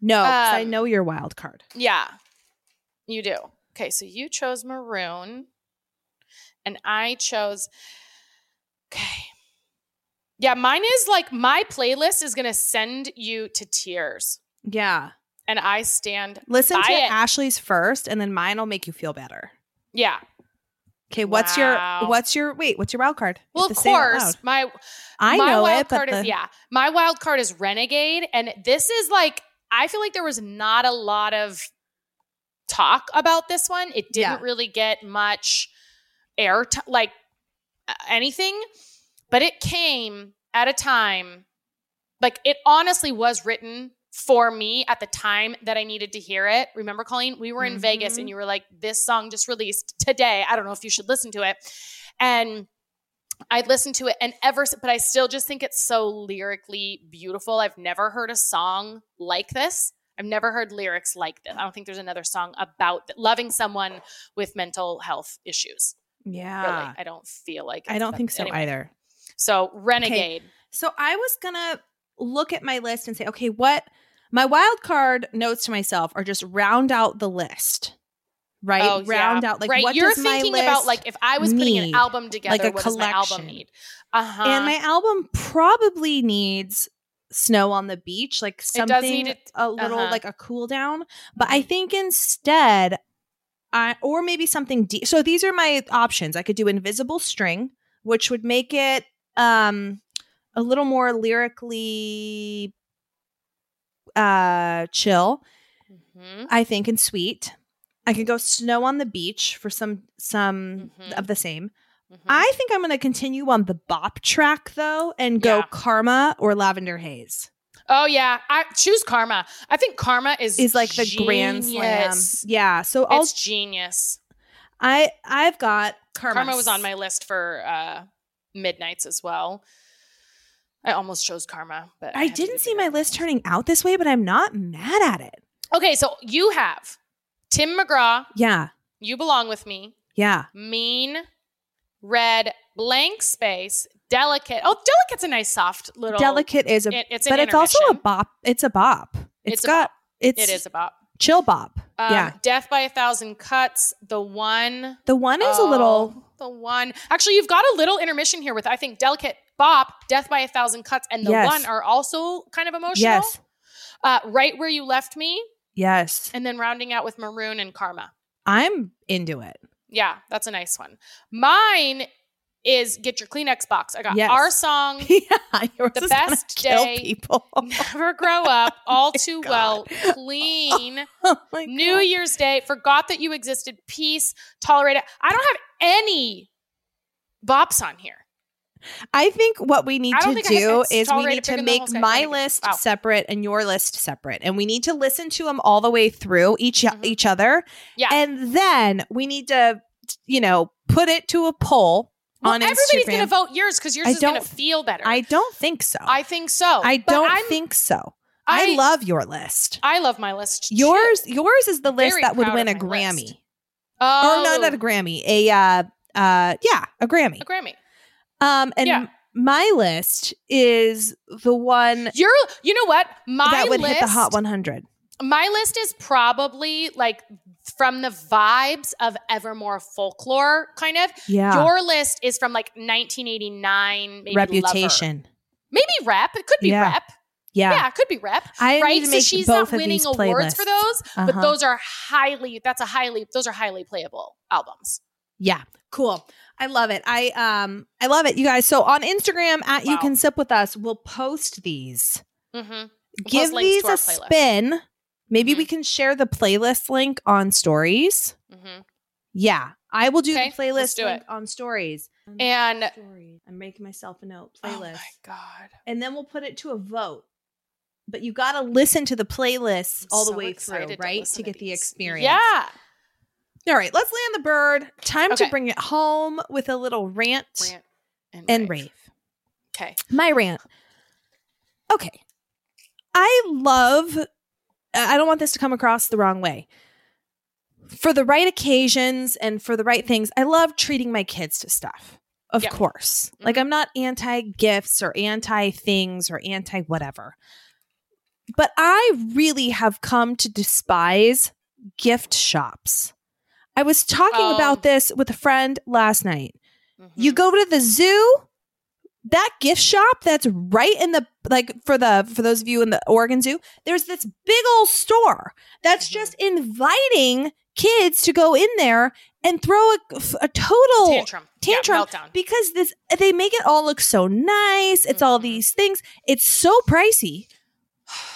[SPEAKER 4] No, 'cause I
[SPEAKER 2] Um,
[SPEAKER 4] know your wild card.
[SPEAKER 2] Yeah. You do. Okay, so you chose maroon, and I chose. Okay. Yeah, mine is like my playlist is gonna send you to tears,
[SPEAKER 4] Yeah.
[SPEAKER 2] and I stand.
[SPEAKER 4] Listen to
[SPEAKER 2] Buy it.
[SPEAKER 4] Ashley's first and then mine will make you feel better.
[SPEAKER 2] Yeah.
[SPEAKER 4] Okay, what's
[SPEAKER 2] Wow.
[SPEAKER 4] your what's your wait, what's your wild card? You
[SPEAKER 2] Well,
[SPEAKER 4] have
[SPEAKER 2] of
[SPEAKER 4] to say it out
[SPEAKER 2] course,
[SPEAKER 4] loud.
[SPEAKER 2] my
[SPEAKER 4] I
[SPEAKER 2] my
[SPEAKER 4] know
[SPEAKER 2] wild
[SPEAKER 4] it, but
[SPEAKER 2] card is
[SPEAKER 4] the-
[SPEAKER 2] yeah. My wild card is Renegade, and this is like I feel like there was not a lot of talk about this one. It didn't
[SPEAKER 4] Yeah.
[SPEAKER 2] really get much air t- like uh, anything but it came at a time like it honestly was written for me at the time that I needed to hear it. Remember, Colleen, we were in Vegas
[SPEAKER 4] Mhm.
[SPEAKER 2] and you were like, this song just released today. I don't know if you should listen to it. And I listened to it and ever, s- but I still just think it's so lyrically beautiful. I've never heard a song like this. I've never heard lyrics like this. I don't think there's another song about th- loving someone with mental health issues. Really,
[SPEAKER 4] Yeah.
[SPEAKER 2] I don't feel like
[SPEAKER 4] Ah. I
[SPEAKER 2] it's
[SPEAKER 4] don't
[SPEAKER 2] that-
[SPEAKER 4] think so
[SPEAKER 2] anyway.
[SPEAKER 4] either.
[SPEAKER 2] So, Renegade.
[SPEAKER 4] So I was gonna look at my list and say, okay, what my wild card notes to myself are just round out the list, right?
[SPEAKER 2] Oh,
[SPEAKER 4] round
[SPEAKER 2] yeah.
[SPEAKER 4] out like
[SPEAKER 2] right.
[SPEAKER 4] what
[SPEAKER 2] You're
[SPEAKER 4] does my
[SPEAKER 2] thinking
[SPEAKER 4] list-
[SPEAKER 2] about like if I was putting
[SPEAKER 4] need?
[SPEAKER 2] an album together,
[SPEAKER 4] a
[SPEAKER 2] what does my album
[SPEAKER 4] collection.
[SPEAKER 2] need? Uh huh.
[SPEAKER 4] and my album probably needs snow on the beach, like
[SPEAKER 2] does
[SPEAKER 4] something
[SPEAKER 2] need it-
[SPEAKER 4] a little
[SPEAKER 2] uh-huh. Mm-hmm.
[SPEAKER 4] like a cool down. But I think instead, I or maybe something deep. So these are my options. I could do invisible string, which would make it um a little more lyrically uh chill.
[SPEAKER 2] Mhm.
[SPEAKER 4] I think, and sweet. I could go snow on the beach for some some
[SPEAKER 2] Mhm.
[SPEAKER 4] of the same.
[SPEAKER 2] Mhm.
[SPEAKER 4] I think I'm going to continue on the bop track though, and go
[SPEAKER 2] Yeah.
[SPEAKER 4] Karma or Lavender Haze
[SPEAKER 2] oh yeah, I choose Karma. I think Karma is
[SPEAKER 4] is like the grand slam.
[SPEAKER 2] genius.
[SPEAKER 4] Yeah. So I'll,
[SPEAKER 2] It's genius.
[SPEAKER 4] I I've got Karma.
[SPEAKER 2] Karma was on my list for uh, midnights as well. I almost chose Karma, but
[SPEAKER 4] I
[SPEAKER 2] had to
[SPEAKER 4] didn't
[SPEAKER 2] do
[SPEAKER 4] see my
[SPEAKER 2] bigger.
[SPEAKER 4] list turning out this way, but I'm not mad at it.
[SPEAKER 2] Okay, so you have Tim McGraw.
[SPEAKER 4] Yeah.
[SPEAKER 2] You belong with me.
[SPEAKER 4] Yeah.
[SPEAKER 2] mean, red, blank space, delicate. Oh, delicate's a nice, soft little.
[SPEAKER 4] Delicate is a,
[SPEAKER 2] It, it's an
[SPEAKER 4] but it's also a
[SPEAKER 2] intermission.
[SPEAKER 4] bop. It's a bop.
[SPEAKER 2] It's
[SPEAKER 4] it's
[SPEAKER 2] a
[SPEAKER 4] got
[SPEAKER 2] bop.
[SPEAKER 4] it's
[SPEAKER 2] It is a bop.
[SPEAKER 4] chill bop.
[SPEAKER 2] Um,
[SPEAKER 4] yeah.
[SPEAKER 2] Death by a thousand cuts. The one.
[SPEAKER 4] The one is a
[SPEAKER 2] oh,
[SPEAKER 4] little
[SPEAKER 2] The one. Actually, you've got a little intermission here with I think delicate bop, death by a thousand cuts, and the
[SPEAKER 4] Yes.
[SPEAKER 2] one are also kind of emotional.
[SPEAKER 4] yes.
[SPEAKER 2] Uh, right where you left me,
[SPEAKER 4] Yes.
[SPEAKER 2] and then rounding out with maroon and karma.
[SPEAKER 4] I'm into it.
[SPEAKER 2] Yeah, that's a nice one. Mine is get your Kleenex box. I got
[SPEAKER 4] Yes.
[SPEAKER 2] our song.
[SPEAKER 4] yeah, yours
[SPEAKER 2] Mm. The
[SPEAKER 4] is gonna
[SPEAKER 2] best
[SPEAKER 4] kill
[SPEAKER 2] day-
[SPEAKER 4] people.
[SPEAKER 2] Never grow up, all too well,
[SPEAKER 4] Oh God.
[SPEAKER 2] clean,
[SPEAKER 4] Oh my
[SPEAKER 2] New
[SPEAKER 4] God.
[SPEAKER 2] Year's Day, forgot that you existed, peace, tolerate it. I don't have any bops on here.
[SPEAKER 4] I think what we need
[SPEAKER 2] I
[SPEAKER 4] to
[SPEAKER 2] don't think I have-
[SPEAKER 4] do
[SPEAKER 2] it's
[SPEAKER 4] is we
[SPEAKER 2] tolerated
[SPEAKER 4] need
[SPEAKER 2] bigger
[SPEAKER 4] to
[SPEAKER 2] than the
[SPEAKER 4] make
[SPEAKER 2] whole side. There
[SPEAKER 4] my
[SPEAKER 2] we go.
[SPEAKER 4] list
[SPEAKER 2] Wow.
[SPEAKER 4] separate and your list separate, and we need to listen to them all the way through each
[SPEAKER 2] Mhm.
[SPEAKER 4] each other.
[SPEAKER 2] Yeah.
[SPEAKER 4] and then we need to, you know, put it to a poll
[SPEAKER 2] Well,
[SPEAKER 4] on
[SPEAKER 2] everybody's
[SPEAKER 4] Instagram.
[SPEAKER 2] going to vote yours because yours
[SPEAKER 4] I
[SPEAKER 2] is going
[SPEAKER 4] don't-
[SPEAKER 2] to feel better.
[SPEAKER 4] I don't think so.
[SPEAKER 2] I think so.
[SPEAKER 4] I
[SPEAKER 2] But
[SPEAKER 4] don't
[SPEAKER 2] I'm-
[SPEAKER 4] think so. I, love your list.
[SPEAKER 2] I love my list. too.
[SPEAKER 4] Yours, yours is the list
[SPEAKER 2] Very
[SPEAKER 4] that would
[SPEAKER 2] proud
[SPEAKER 4] win a
[SPEAKER 2] of my
[SPEAKER 4] Grammy.
[SPEAKER 2] list. Oh,
[SPEAKER 4] Oh no, not a Grammy. A uh, uh, yeah, a Grammy.
[SPEAKER 2] a Grammy.
[SPEAKER 4] Um, and
[SPEAKER 2] Yeah.
[SPEAKER 4] my list is the one
[SPEAKER 2] You're, you know what? My
[SPEAKER 4] that would
[SPEAKER 2] list,
[SPEAKER 4] hit the Hot 100.
[SPEAKER 2] my list is probably like from the vibes of Evermore folklore, kind of.
[SPEAKER 4] Yeah,
[SPEAKER 2] Your list is from like 1989, maybe Lover.
[SPEAKER 4] reputation.
[SPEAKER 2] maybe rep. It could be
[SPEAKER 4] Yeah.
[SPEAKER 2] rep.
[SPEAKER 4] Yeah.
[SPEAKER 2] Yeah. it could be rep.
[SPEAKER 4] I
[SPEAKER 2] right,
[SPEAKER 4] need to
[SPEAKER 2] so
[SPEAKER 4] make
[SPEAKER 2] she's
[SPEAKER 4] both
[SPEAKER 2] not
[SPEAKER 4] of
[SPEAKER 2] winning
[SPEAKER 4] these
[SPEAKER 2] awards
[SPEAKER 4] playlists.
[SPEAKER 2] for those, but
[SPEAKER 4] Uh-huh.
[SPEAKER 2] those are highly. That's a highly. Those are highly playable albums.
[SPEAKER 4] Yeah, cool. I love it. I um, I love it, you guys. So on Instagram at you
[SPEAKER 2] Wow.
[SPEAKER 4] can sip with us, we'll post these.
[SPEAKER 2] Mm-hmm.
[SPEAKER 4] Give
[SPEAKER 2] links
[SPEAKER 4] these
[SPEAKER 2] to our
[SPEAKER 4] a
[SPEAKER 2] playlist.
[SPEAKER 4] spin. Maybe we
[SPEAKER 2] Mhm.
[SPEAKER 4] can share the playlist link on stories.
[SPEAKER 2] Mm-hmm.
[SPEAKER 4] Yeah, I will do
[SPEAKER 2] Okay,
[SPEAKER 4] the playlist
[SPEAKER 2] let's do
[SPEAKER 4] link
[SPEAKER 2] it.
[SPEAKER 4] on stories.
[SPEAKER 2] And
[SPEAKER 4] Stories. I'm making myself a note.
[SPEAKER 2] oh
[SPEAKER 4] Playlist.
[SPEAKER 2] my god,
[SPEAKER 4] and then we'll put it to a vote. But you got to listen to the playlists
[SPEAKER 2] I'm
[SPEAKER 4] all the
[SPEAKER 2] so
[SPEAKER 4] way through,
[SPEAKER 2] excited to
[SPEAKER 4] right? To,
[SPEAKER 2] listen
[SPEAKER 4] get the
[SPEAKER 2] these.
[SPEAKER 4] experience.
[SPEAKER 2] Yeah,
[SPEAKER 4] All right, let's land the bird. Time to
[SPEAKER 2] Okay.
[SPEAKER 4] bring it home with a little rant,
[SPEAKER 2] Rant
[SPEAKER 4] and rave.
[SPEAKER 2] Okay,
[SPEAKER 4] My rant. Okay. I love I don't want this to come across the wrong way. For the right occasions and for the right things, I love treating my kids to stuff. Of
[SPEAKER 2] Yeah. Mm-hmm.
[SPEAKER 4] course. Like I'm not anti gifts or anti things or anti whatever. But I really have come to despise gift shops. I was talking
[SPEAKER 2] Oh.
[SPEAKER 4] about this with a friend last night.
[SPEAKER 2] Mhm.
[SPEAKER 4] You go to the zoo, that gift shop that's right in the like for the for those of you in the Oregon Zoo, there's this big old store that's
[SPEAKER 2] Mhm.
[SPEAKER 4] just inviting kids to go in there and throw a, a total
[SPEAKER 2] tantrum, Yeah,
[SPEAKER 4] tantrum.
[SPEAKER 2] meltdown.
[SPEAKER 4] because this they make it all look so nice. It's all
[SPEAKER 2] Mhm.
[SPEAKER 4] these things. It's so pricey.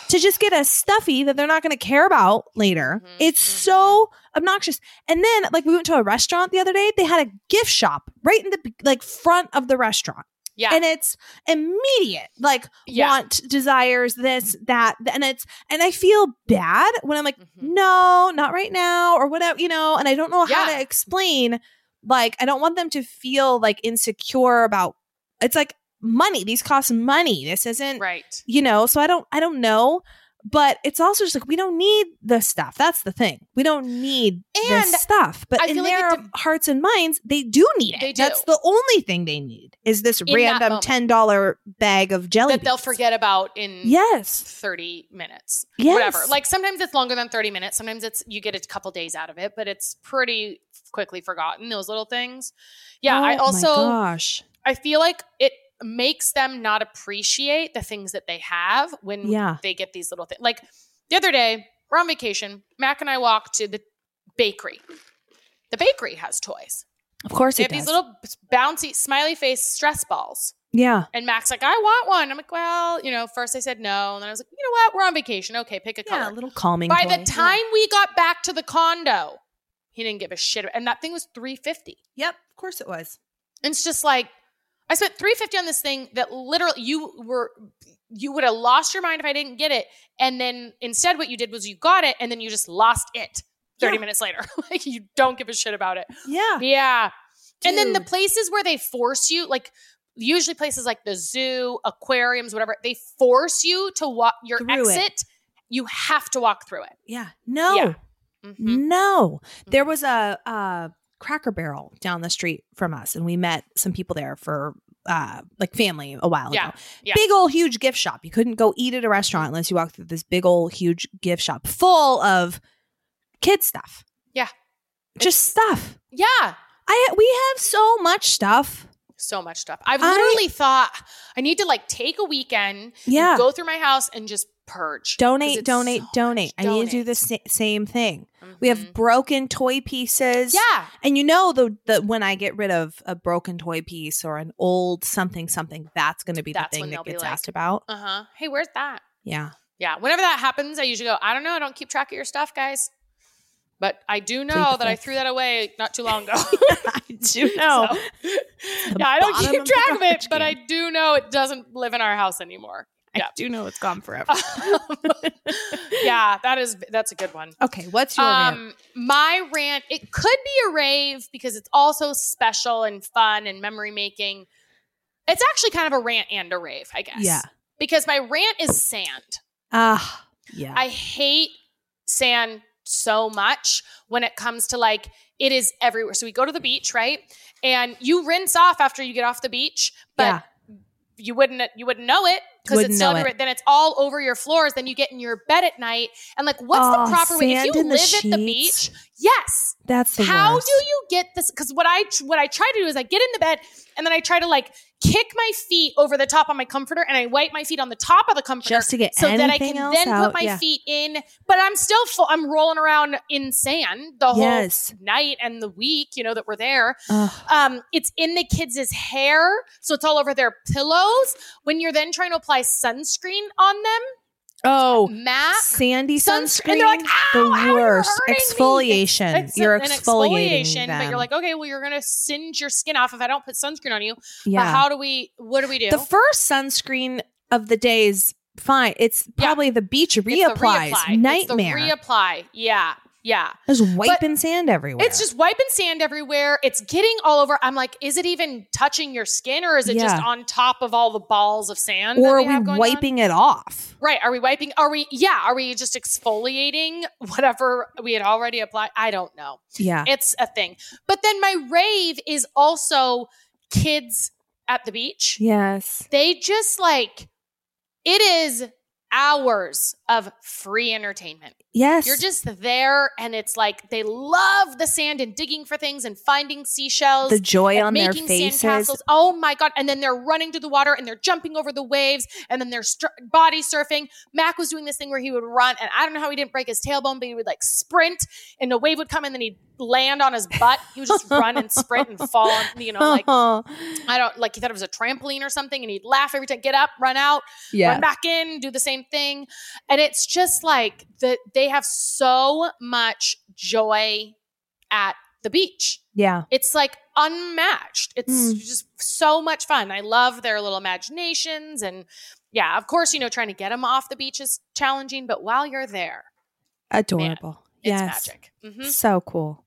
[SPEAKER 4] to just get a stuffy that they're not going to care about later.
[SPEAKER 2] Mhm,
[SPEAKER 4] It's
[SPEAKER 2] mhm.
[SPEAKER 4] so obnoxious. And then, like, we went to a restaurant the other day. They had a gift shop right in the like front of the restaurant,
[SPEAKER 2] Yeah.
[SPEAKER 4] and it's immediate. Like,
[SPEAKER 2] yeah.
[SPEAKER 4] want, desires, this, that, th- and it's and I feel bad when I'm like,
[SPEAKER 2] Mhm.
[SPEAKER 4] no, not right now, or whatever, you know. And I don't know how
[SPEAKER 2] Yeah.
[SPEAKER 4] to explain. Like, I don't want them to feel like insecure about. It's like money. These cost money. This isn't
[SPEAKER 2] Right.
[SPEAKER 4] you know so i don't i don't know but it's also just like we don't need the stuff that's the thing we don't need
[SPEAKER 2] And
[SPEAKER 4] this stuff but
[SPEAKER 2] I
[SPEAKER 4] in
[SPEAKER 2] feel like
[SPEAKER 4] their
[SPEAKER 2] it de-
[SPEAKER 4] hearts and minds they do need it
[SPEAKER 2] They do.
[SPEAKER 4] that's the only thing they need is this
[SPEAKER 2] that
[SPEAKER 4] random
[SPEAKER 2] moment.
[SPEAKER 4] $10 bag of jelly
[SPEAKER 2] That they'll
[SPEAKER 4] beans.
[SPEAKER 2] forget about in
[SPEAKER 4] yes
[SPEAKER 2] 30 minutes.
[SPEAKER 4] yes
[SPEAKER 2] Whatever. Like sometimes it's longer than 30 minutes. Sometimes it's you get a couple days out of it, but it's pretty quickly forgotten those little things. Yeah,
[SPEAKER 4] Oh
[SPEAKER 2] I
[SPEAKER 4] my
[SPEAKER 2] also
[SPEAKER 4] gosh
[SPEAKER 2] I feel like it makes them not appreciate the things that they have when
[SPEAKER 4] yeah
[SPEAKER 2] they get these little things. Like the other day, we're on vacation. Mac and I walked to the bakery. The bakery has toys.
[SPEAKER 4] of course
[SPEAKER 2] They
[SPEAKER 4] it
[SPEAKER 2] have these
[SPEAKER 4] does
[SPEAKER 2] little bouncy, smiley face stress balls.
[SPEAKER 4] yeah
[SPEAKER 2] And Mac's like, I want one. I'm like, well, you know, first I said no. And then I was like, you know what? We're on vacation. Okay, pick a
[SPEAKER 4] yeah a
[SPEAKER 2] color.
[SPEAKER 4] little calming
[SPEAKER 2] By
[SPEAKER 4] toy.
[SPEAKER 2] the time we got back to the condo, he didn't give a shit. And that thing was 350
[SPEAKER 4] Yeah. yep of course it was
[SPEAKER 2] and it's just like I spent 350 on this thing that literally you were you would have lost your mind if I didn't get it. And then instead what you did was you got it and then you just lost it 30
[SPEAKER 4] Yeah.
[SPEAKER 2] minutes later. like you don't give a shit about it.
[SPEAKER 4] yeah
[SPEAKER 2] Yeah. And then the
[SPEAKER 4] Dude.
[SPEAKER 2] places where they force you like usually places like the zoo, aquariums, whatever, they force you to walk your
[SPEAKER 4] Through it.
[SPEAKER 2] exit. You have to walk through it.
[SPEAKER 4] yeah no
[SPEAKER 2] Yeah.
[SPEAKER 4] Mm-hmm.
[SPEAKER 2] Mm-hmm. Mhm.
[SPEAKER 4] No, there was a, uh Cracker Barrel down the street from us, and we met some people there for uh, like family a while
[SPEAKER 2] Yeah,
[SPEAKER 4] ago.
[SPEAKER 2] yeah.
[SPEAKER 4] Big old huge gift shop. You couldn't go eat at a restaurant unless you walked through this big old huge gift shop full of kid stuff.
[SPEAKER 2] Yeah.
[SPEAKER 4] just stuff.
[SPEAKER 2] Yeah.
[SPEAKER 4] I we have so much stuff.
[SPEAKER 2] So much stuff. I've
[SPEAKER 4] I-
[SPEAKER 2] literally thought I need to like take a weekend
[SPEAKER 4] Yeah,
[SPEAKER 2] go through my house and just purge. 'Cause
[SPEAKER 4] donate,
[SPEAKER 2] it's
[SPEAKER 4] donate,
[SPEAKER 2] so much.
[SPEAKER 4] donate. I need to do the
[SPEAKER 2] Donate.
[SPEAKER 4] sa- same thing. We have
[SPEAKER 2] Mhm.
[SPEAKER 4] broken toy pieces.
[SPEAKER 2] yeah,
[SPEAKER 4] And you know the the when I get rid of a broken toy piece or an old something something, that's going to be
[SPEAKER 2] That's
[SPEAKER 4] the
[SPEAKER 2] when
[SPEAKER 4] thing
[SPEAKER 2] they'll
[SPEAKER 4] that
[SPEAKER 2] be
[SPEAKER 4] gets
[SPEAKER 2] like-
[SPEAKER 4] asked about.
[SPEAKER 2] uh huh. Hey, where's that?
[SPEAKER 4] Yeah,
[SPEAKER 2] Yeah, whenever that happens, I usually go. I don't know. I don't keep track of your stuff, guys. But I do know
[SPEAKER 4] the
[SPEAKER 2] that I
[SPEAKER 4] fifth.
[SPEAKER 2] threw that away not too long ago.
[SPEAKER 4] I do know.
[SPEAKER 2] So- yeah, I don't
[SPEAKER 4] bottom
[SPEAKER 2] keep
[SPEAKER 4] of the
[SPEAKER 2] track of it,
[SPEAKER 4] garbage
[SPEAKER 2] but I
[SPEAKER 4] can.
[SPEAKER 2] do know it doesn't live in our house anymore. Yeah. Uh,
[SPEAKER 4] I do know it's gone forever.
[SPEAKER 2] yeah, that is that's a good one.
[SPEAKER 4] okay, what's your
[SPEAKER 2] um,
[SPEAKER 4] rant?
[SPEAKER 2] my rant it could be a rave because it's also special and fun and memory making it's actually kind of a rant and a rave i guess
[SPEAKER 4] Yeah.
[SPEAKER 2] because my rant is sand
[SPEAKER 4] Ah, yeah.
[SPEAKER 2] i hate sand so much when it comes to like it is everywhere so we go to the beach right and you rinse off after you get off the beach but
[SPEAKER 4] Yeah.
[SPEAKER 2] you wouldn't you wouldn't know it because
[SPEAKER 4] Wouldn't
[SPEAKER 2] it's so
[SPEAKER 4] know it.
[SPEAKER 2] everywhere. then it's all over your floors then you get in your bed at night and like what's
[SPEAKER 4] Oh,
[SPEAKER 2] the proper way if
[SPEAKER 4] sand
[SPEAKER 2] you
[SPEAKER 4] in the
[SPEAKER 2] live at the
[SPEAKER 4] sheets.
[SPEAKER 2] beach yes
[SPEAKER 4] that's the
[SPEAKER 2] how
[SPEAKER 4] worst.
[SPEAKER 2] do you get this because what i what i try to do is i get in the bed and then i try to like kick my feet over the top on my comforter and i wipe my feet on the top of the comforter
[SPEAKER 4] just to get
[SPEAKER 2] so
[SPEAKER 4] anything
[SPEAKER 2] that i can
[SPEAKER 4] else
[SPEAKER 2] then
[SPEAKER 4] out?
[SPEAKER 2] put my
[SPEAKER 4] yeah.
[SPEAKER 2] feet in but i'm still full i'm rolling around in sand the whole
[SPEAKER 4] Yes.
[SPEAKER 2] night and the week you know that we're there
[SPEAKER 4] Ugh.
[SPEAKER 2] um, it's in the kids' hair so it's all over their pillows when you're then trying to apply sunscreen on them
[SPEAKER 4] Oh,
[SPEAKER 2] mac
[SPEAKER 4] sandy
[SPEAKER 2] Suns-
[SPEAKER 4] sunscreen.
[SPEAKER 2] and they're like, "Ow, ow,
[SPEAKER 4] the
[SPEAKER 2] you're
[SPEAKER 4] worst
[SPEAKER 2] hurting me." It's-
[SPEAKER 4] exfoliation.
[SPEAKER 2] It's
[SPEAKER 4] you're
[SPEAKER 2] an
[SPEAKER 4] exfoliating
[SPEAKER 2] exfoliation,
[SPEAKER 4] them.
[SPEAKER 2] but you're like, okay, well, you're gonna singe your skin off if I don't put sunscreen on you.
[SPEAKER 4] yeah.
[SPEAKER 2] But how do we? What do we do?
[SPEAKER 4] The first sunscreen of the day is fine. It's
[SPEAKER 2] Yeah.
[SPEAKER 4] probably the beach
[SPEAKER 2] It's the
[SPEAKER 4] reapplies.
[SPEAKER 2] reapply.
[SPEAKER 4] Nightmare.
[SPEAKER 2] It's the reapply. Yeah, yeah.
[SPEAKER 4] There's wiping sand everywhere.
[SPEAKER 2] It's just wiping sand everywhere. It's getting all over. I'm like, is it even touching your skin, or is it just
[SPEAKER 4] Yeah.
[SPEAKER 2] on top of all the balls of sand?
[SPEAKER 4] or
[SPEAKER 2] that
[SPEAKER 4] are
[SPEAKER 2] we have
[SPEAKER 4] we
[SPEAKER 2] going on?
[SPEAKER 4] wiping it off?
[SPEAKER 2] Right? Are we wiping? Are we? Yeah. Are we just exfoliating whatever we had already applied? I don't know.
[SPEAKER 4] Yeah.
[SPEAKER 2] It's a thing. But then my rave is also kids at the beach.
[SPEAKER 4] Yes.
[SPEAKER 2] They just like it is hours of free entertainment.
[SPEAKER 4] Yes.
[SPEAKER 2] You're just there, and it's like they love the sand and digging for things and finding seashells.
[SPEAKER 4] the joy
[SPEAKER 2] and
[SPEAKER 4] on their
[SPEAKER 2] making
[SPEAKER 4] faces.
[SPEAKER 2] sandcastles. Oh my god! And then they're running to the water and they're jumping over the waves and then they're str- body surfing. Mac was doing this thing where he would run, and I don't know how he didn't break his tailbone, but he would like sprint, and a wave would come, and then he'd land on his butt. He would just run and sprint and fall. On, you know, like I don't like he thought it was a trampoline or something, and he'd laugh every time. Get up, run out
[SPEAKER 4] yeah.
[SPEAKER 2] run back in, do the same thing. And it's just like that they have so much joy at the beach.
[SPEAKER 4] Yeah.
[SPEAKER 2] It's like unmatched. It's
[SPEAKER 4] Mm.
[SPEAKER 2] just so much fun. I love their little imaginations and yeah, of course, you know, trying to get them off the beach is challenging, but while you're there,
[SPEAKER 4] Adorable.
[SPEAKER 2] it's
[SPEAKER 4] yes.
[SPEAKER 2] magic. hmm
[SPEAKER 4] So cool.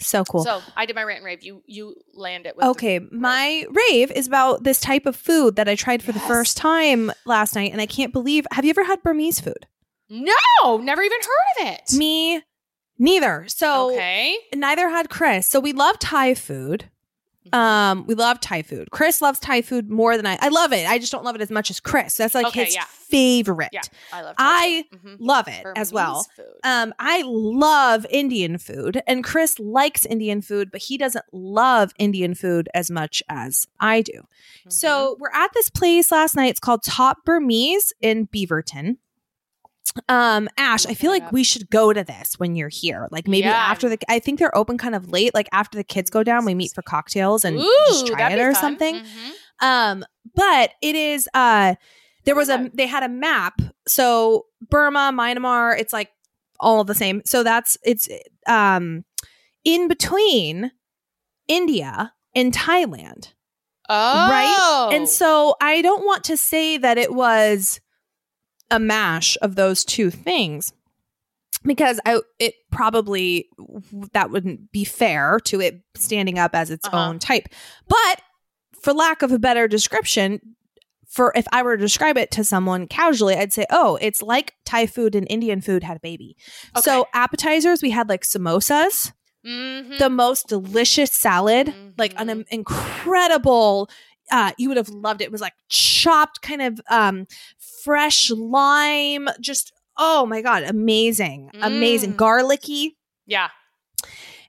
[SPEAKER 4] So cool.
[SPEAKER 2] So I did my rant and rave. You you land it with the-
[SPEAKER 4] Okay, my rave is about this type of food that I tried for the
[SPEAKER 2] Yes.
[SPEAKER 4] first time last night, and I can't believe. Have you ever had Burmese food?
[SPEAKER 2] no, never even heard of it.
[SPEAKER 4] Me, neither. So
[SPEAKER 2] okay.
[SPEAKER 4] neither had Chris. So we love Thai food.
[SPEAKER 2] Mm-hmm.
[SPEAKER 4] Um, we love Thai food. Chris loves Thai food more than I. I love it. I just don't love it as much as Chris. That's like
[SPEAKER 2] Okay,
[SPEAKER 4] his
[SPEAKER 2] yeah.
[SPEAKER 4] favorite.
[SPEAKER 2] Yeah. I love
[SPEAKER 4] I
[SPEAKER 2] mm
[SPEAKER 4] Love it as well.
[SPEAKER 2] Food.
[SPEAKER 4] Um, I love Indian food, and Chris likes Indian food, but he doesn't love Indian food as much as I do.
[SPEAKER 2] Mm-hmm.
[SPEAKER 4] So we're at this place last night. It's called Top Burmese in Beaverton. Um, Ash, I
[SPEAKER 2] Look
[SPEAKER 4] feel
[SPEAKER 2] it
[SPEAKER 4] like
[SPEAKER 2] up.
[SPEAKER 4] we should go to this when you're here. Like maybe
[SPEAKER 2] Yeah,
[SPEAKER 4] after the, I think they're open kind of late. Like after the kids go down, we meet for cocktails and just try
[SPEAKER 2] that'd
[SPEAKER 4] it
[SPEAKER 2] be
[SPEAKER 4] or
[SPEAKER 2] fun.
[SPEAKER 4] something.
[SPEAKER 2] Mhm.
[SPEAKER 4] Um, but it is uh there was a
[SPEAKER 2] Okay.
[SPEAKER 4] they had a map. So Burma, Myanmar, it's like all the same. So that's it's um in between India and Thailand.
[SPEAKER 2] Oh,
[SPEAKER 4] Right? And so I don't want to say that it was a mash of those two things because I it probably that wouldn't be fair to it standing up as its
[SPEAKER 2] Uh-huh.
[SPEAKER 4] own type. But for lack of a better description, for if I were to describe it to someone casually, I'd say, "Oh, it's like Thai food and Indian food had a baby." So
[SPEAKER 2] Okay.
[SPEAKER 4] appetizers, we had like samosas,
[SPEAKER 2] Mhm.
[SPEAKER 4] the most delicious salad, like an
[SPEAKER 2] Mhm.
[SPEAKER 4] im- incredible. Uh, you would have loved it. It was like chopped, kind of um, fresh lime. Just oh my god, amazing, amazing,
[SPEAKER 2] Mm.
[SPEAKER 4] garlicky.
[SPEAKER 2] yeah,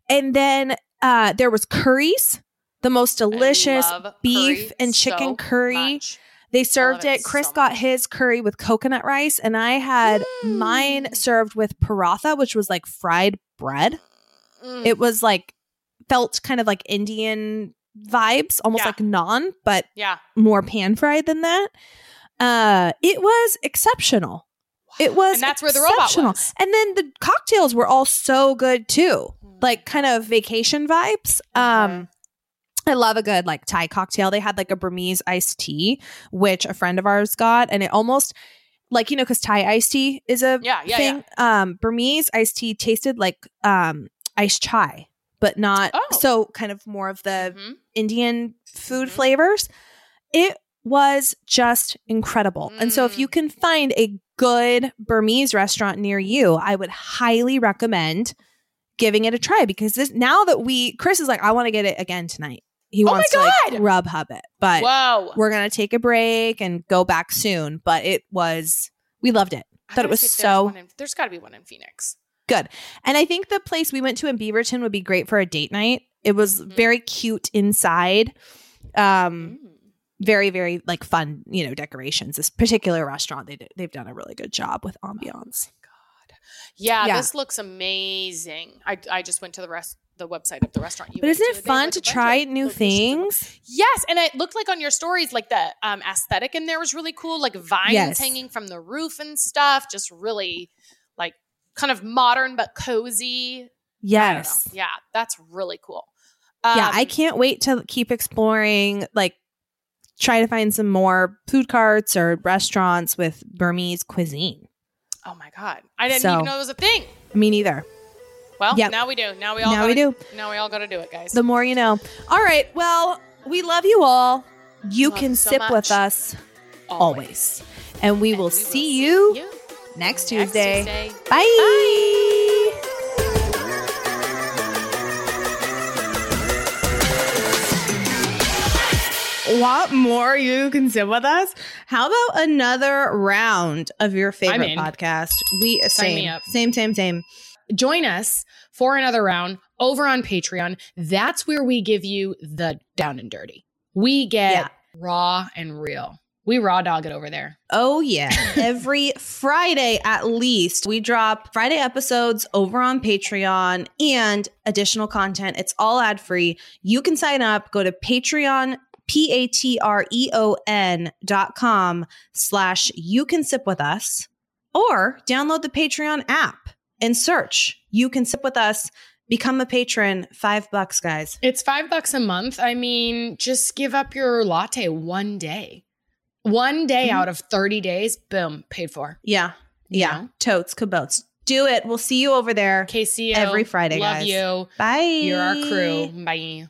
[SPEAKER 4] And then uh, there was curries, the most
[SPEAKER 2] I
[SPEAKER 4] delicious
[SPEAKER 2] love
[SPEAKER 4] beef
[SPEAKER 2] curry
[SPEAKER 4] and chicken
[SPEAKER 2] so
[SPEAKER 4] curry.
[SPEAKER 2] much.
[SPEAKER 4] They served
[SPEAKER 2] it
[SPEAKER 4] it. Chris
[SPEAKER 2] so
[SPEAKER 4] got
[SPEAKER 2] much.
[SPEAKER 4] his curry with coconut rice, and I had mine
[SPEAKER 2] Mm.
[SPEAKER 4] served with paratha, which was like fried bread
[SPEAKER 2] Mm.
[SPEAKER 4] it was like felt kind of like Indian vibes, almost
[SPEAKER 2] Yeah.
[SPEAKER 4] like naan, but
[SPEAKER 2] yeah,
[SPEAKER 4] more pan fried than that. Uh, it was exceptional. It was
[SPEAKER 2] and that's where the robot
[SPEAKER 4] exceptional.
[SPEAKER 2] was.
[SPEAKER 4] And then the cocktails were all so good too, like kind of vacation vibes.
[SPEAKER 2] Mm-hmm.
[SPEAKER 4] Um, I love a good like Thai cocktail. They had like a Burmese iced tea, which a friend of ours got, and it almost like you know because Thai iced tea is a
[SPEAKER 2] yeah, yeah,
[SPEAKER 4] thing. Um, Burmese iced tea tasted like um, iced chai, but not
[SPEAKER 2] Oh.
[SPEAKER 4] so kind of more of
[SPEAKER 2] yeah.
[SPEAKER 4] the
[SPEAKER 2] Mhm.
[SPEAKER 4] Indian food
[SPEAKER 2] Mhm.
[SPEAKER 4] flavors. It was just incredible. And so, if
[SPEAKER 2] Mm.
[SPEAKER 4] you can find a good Burmese restaurant near you, I would highly recommend giving it a try because this now that we Chris is like, I want to get it again tonight. He
[SPEAKER 2] Oh my
[SPEAKER 4] wants to like
[SPEAKER 2] God!
[SPEAKER 4] rub hub it, but
[SPEAKER 2] Whoa,
[SPEAKER 4] we're gonna take a break and go back soon. But it was we loved it.
[SPEAKER 2] I
[SPEAKER 4] thought
[SPEAKER 2] gotta
[SPEAKER 4] it was
[SPEAKER 2] see if there's
[SPEAKER 4] so-
[SPEAKER 2] one in- there's got to be one in Phoenix.
[SPEAKER 4] And I think the place we went to in Beaverton would be great for a date night. It was
[SPEAKER 2] Mhm.
[SPEAKER 4] very cute inside. Um,
[SPEAKER 2] Mm.
[SPEAKER 4] very very like fun, you know, decorations. This particular restaurant they did, they've done a really good job with ambiance.
[SPEAKER 2] Yeah,
[SPEAKER 4] Yeah.
[SPEAKER 2] this looks amazing. I, I just went to the rest the website of the restaurant. You
[SPEAKER 4] But
[SPEAKER 2] went
[SPEAKER 4] isn't
[SPEAKER 2] to.
[SPEAKER 4] it
[SPEAKER 2] They have,
[SPEAKER 4] fun
[SPEAKER 2] like,
[SPEAKER 4] to
[SPEAKER 2] a bunch of
[SPEAKER 4] try new
[SPEAKER 2] locations in the-
[SPEAKER 4] things?
[SPEAKER 2] Yes, and it looked like on your stories, like the um, aesthetic in there was really cool, like vines
[SPEAKER 4] Yes.
[SPEAKER 2] hanging from the roof and stuff, just really like kind of modern but cozy. I don't know.
[SPEAKER 4] Yes.
[SPEAKER 2] yeah, that's really cool.
[SPEAKER 4] yeah,
[SPEAKER 2] Um,
[SPEAKER 4] I can't wait to keep exploring like try to find some more food carts or restaurants with Burmese cuisine.
[SPEAKER 2] Oh my god, I didn't
[SPEAKER 4] So-
[SPEAKER 2] even know it was a thing.
[SPEAKER 4] Me neither.
[SPEAKER 2] Well,
[SPEAKER 4] Yep.
[SPEAKER 2] now we do. Now we all
[SPEAKER 4] Now we
[SPEAKER 2] gotta-
[SPEAKER 4] do.
[SPEAKER 2] Now we all got to do it, guys.
[SPEAKER 4] The more you know. All right. Well, we love you all. You
[SPEAKER 2] Love
[SPEAKER 4] can
[SPEAKER 2] you so
[SPEAKER 4] sip with
[SPEAKER 2] much.
[SPEAKER 4] us always. And we will
[SPEAKER 2] We
[SPEAKER 4] see you next
[SPEAKER 2] next
[SPEAKER 4] Tuesday.
[SPEAKER 2] Tuesday.
[SPEAKER 4] Bye. want more, you can sit with us. How about another round of your favorite
[SPEAKER 2] in.
[SPEAKER 4] podcast? We same,
[SPEAKER 2] me up.
[SPEAKER 4] same, same, same.
[SPEAKER 2] Join us for another round over on Patreon. That's where we give you the down and dirty. We get
[SPEAKER 4] Yeah.
[SPEAKER 2] raw and real. We raw dog it over there.
[SPEAKER 4] Oh yeah. Every Friday at least, we drop Friday episodes over on Patreon and additional content. It's all ad free. You can sign up. Go to Patreon P A T R E O N dot com slash you can sip with us or download the Patreon app and search you can sip with us. Become a patron. Five bucks, guys.
[SPEAKER 2] It's five bucks a month. I mean, just give up your latte one day. One day
[SPEAKER 4] Mm-hmm.
[SPEAKER 2] out of 30 days, boom, paid for.
[SPEAKER 4] Yeah. Yeah. Totes, kabotes. Do it. We'll see you over there.
[SPEAKER 2] KCO.
[SPEAKER 4] Every Friday,
[SPEAKER 2] Love
[SPEAKER 4] guys.
[SPEAKER 2] you.
[SPEAKER 4] Bye.
[SPEAKER 2] You're our crew. Bye.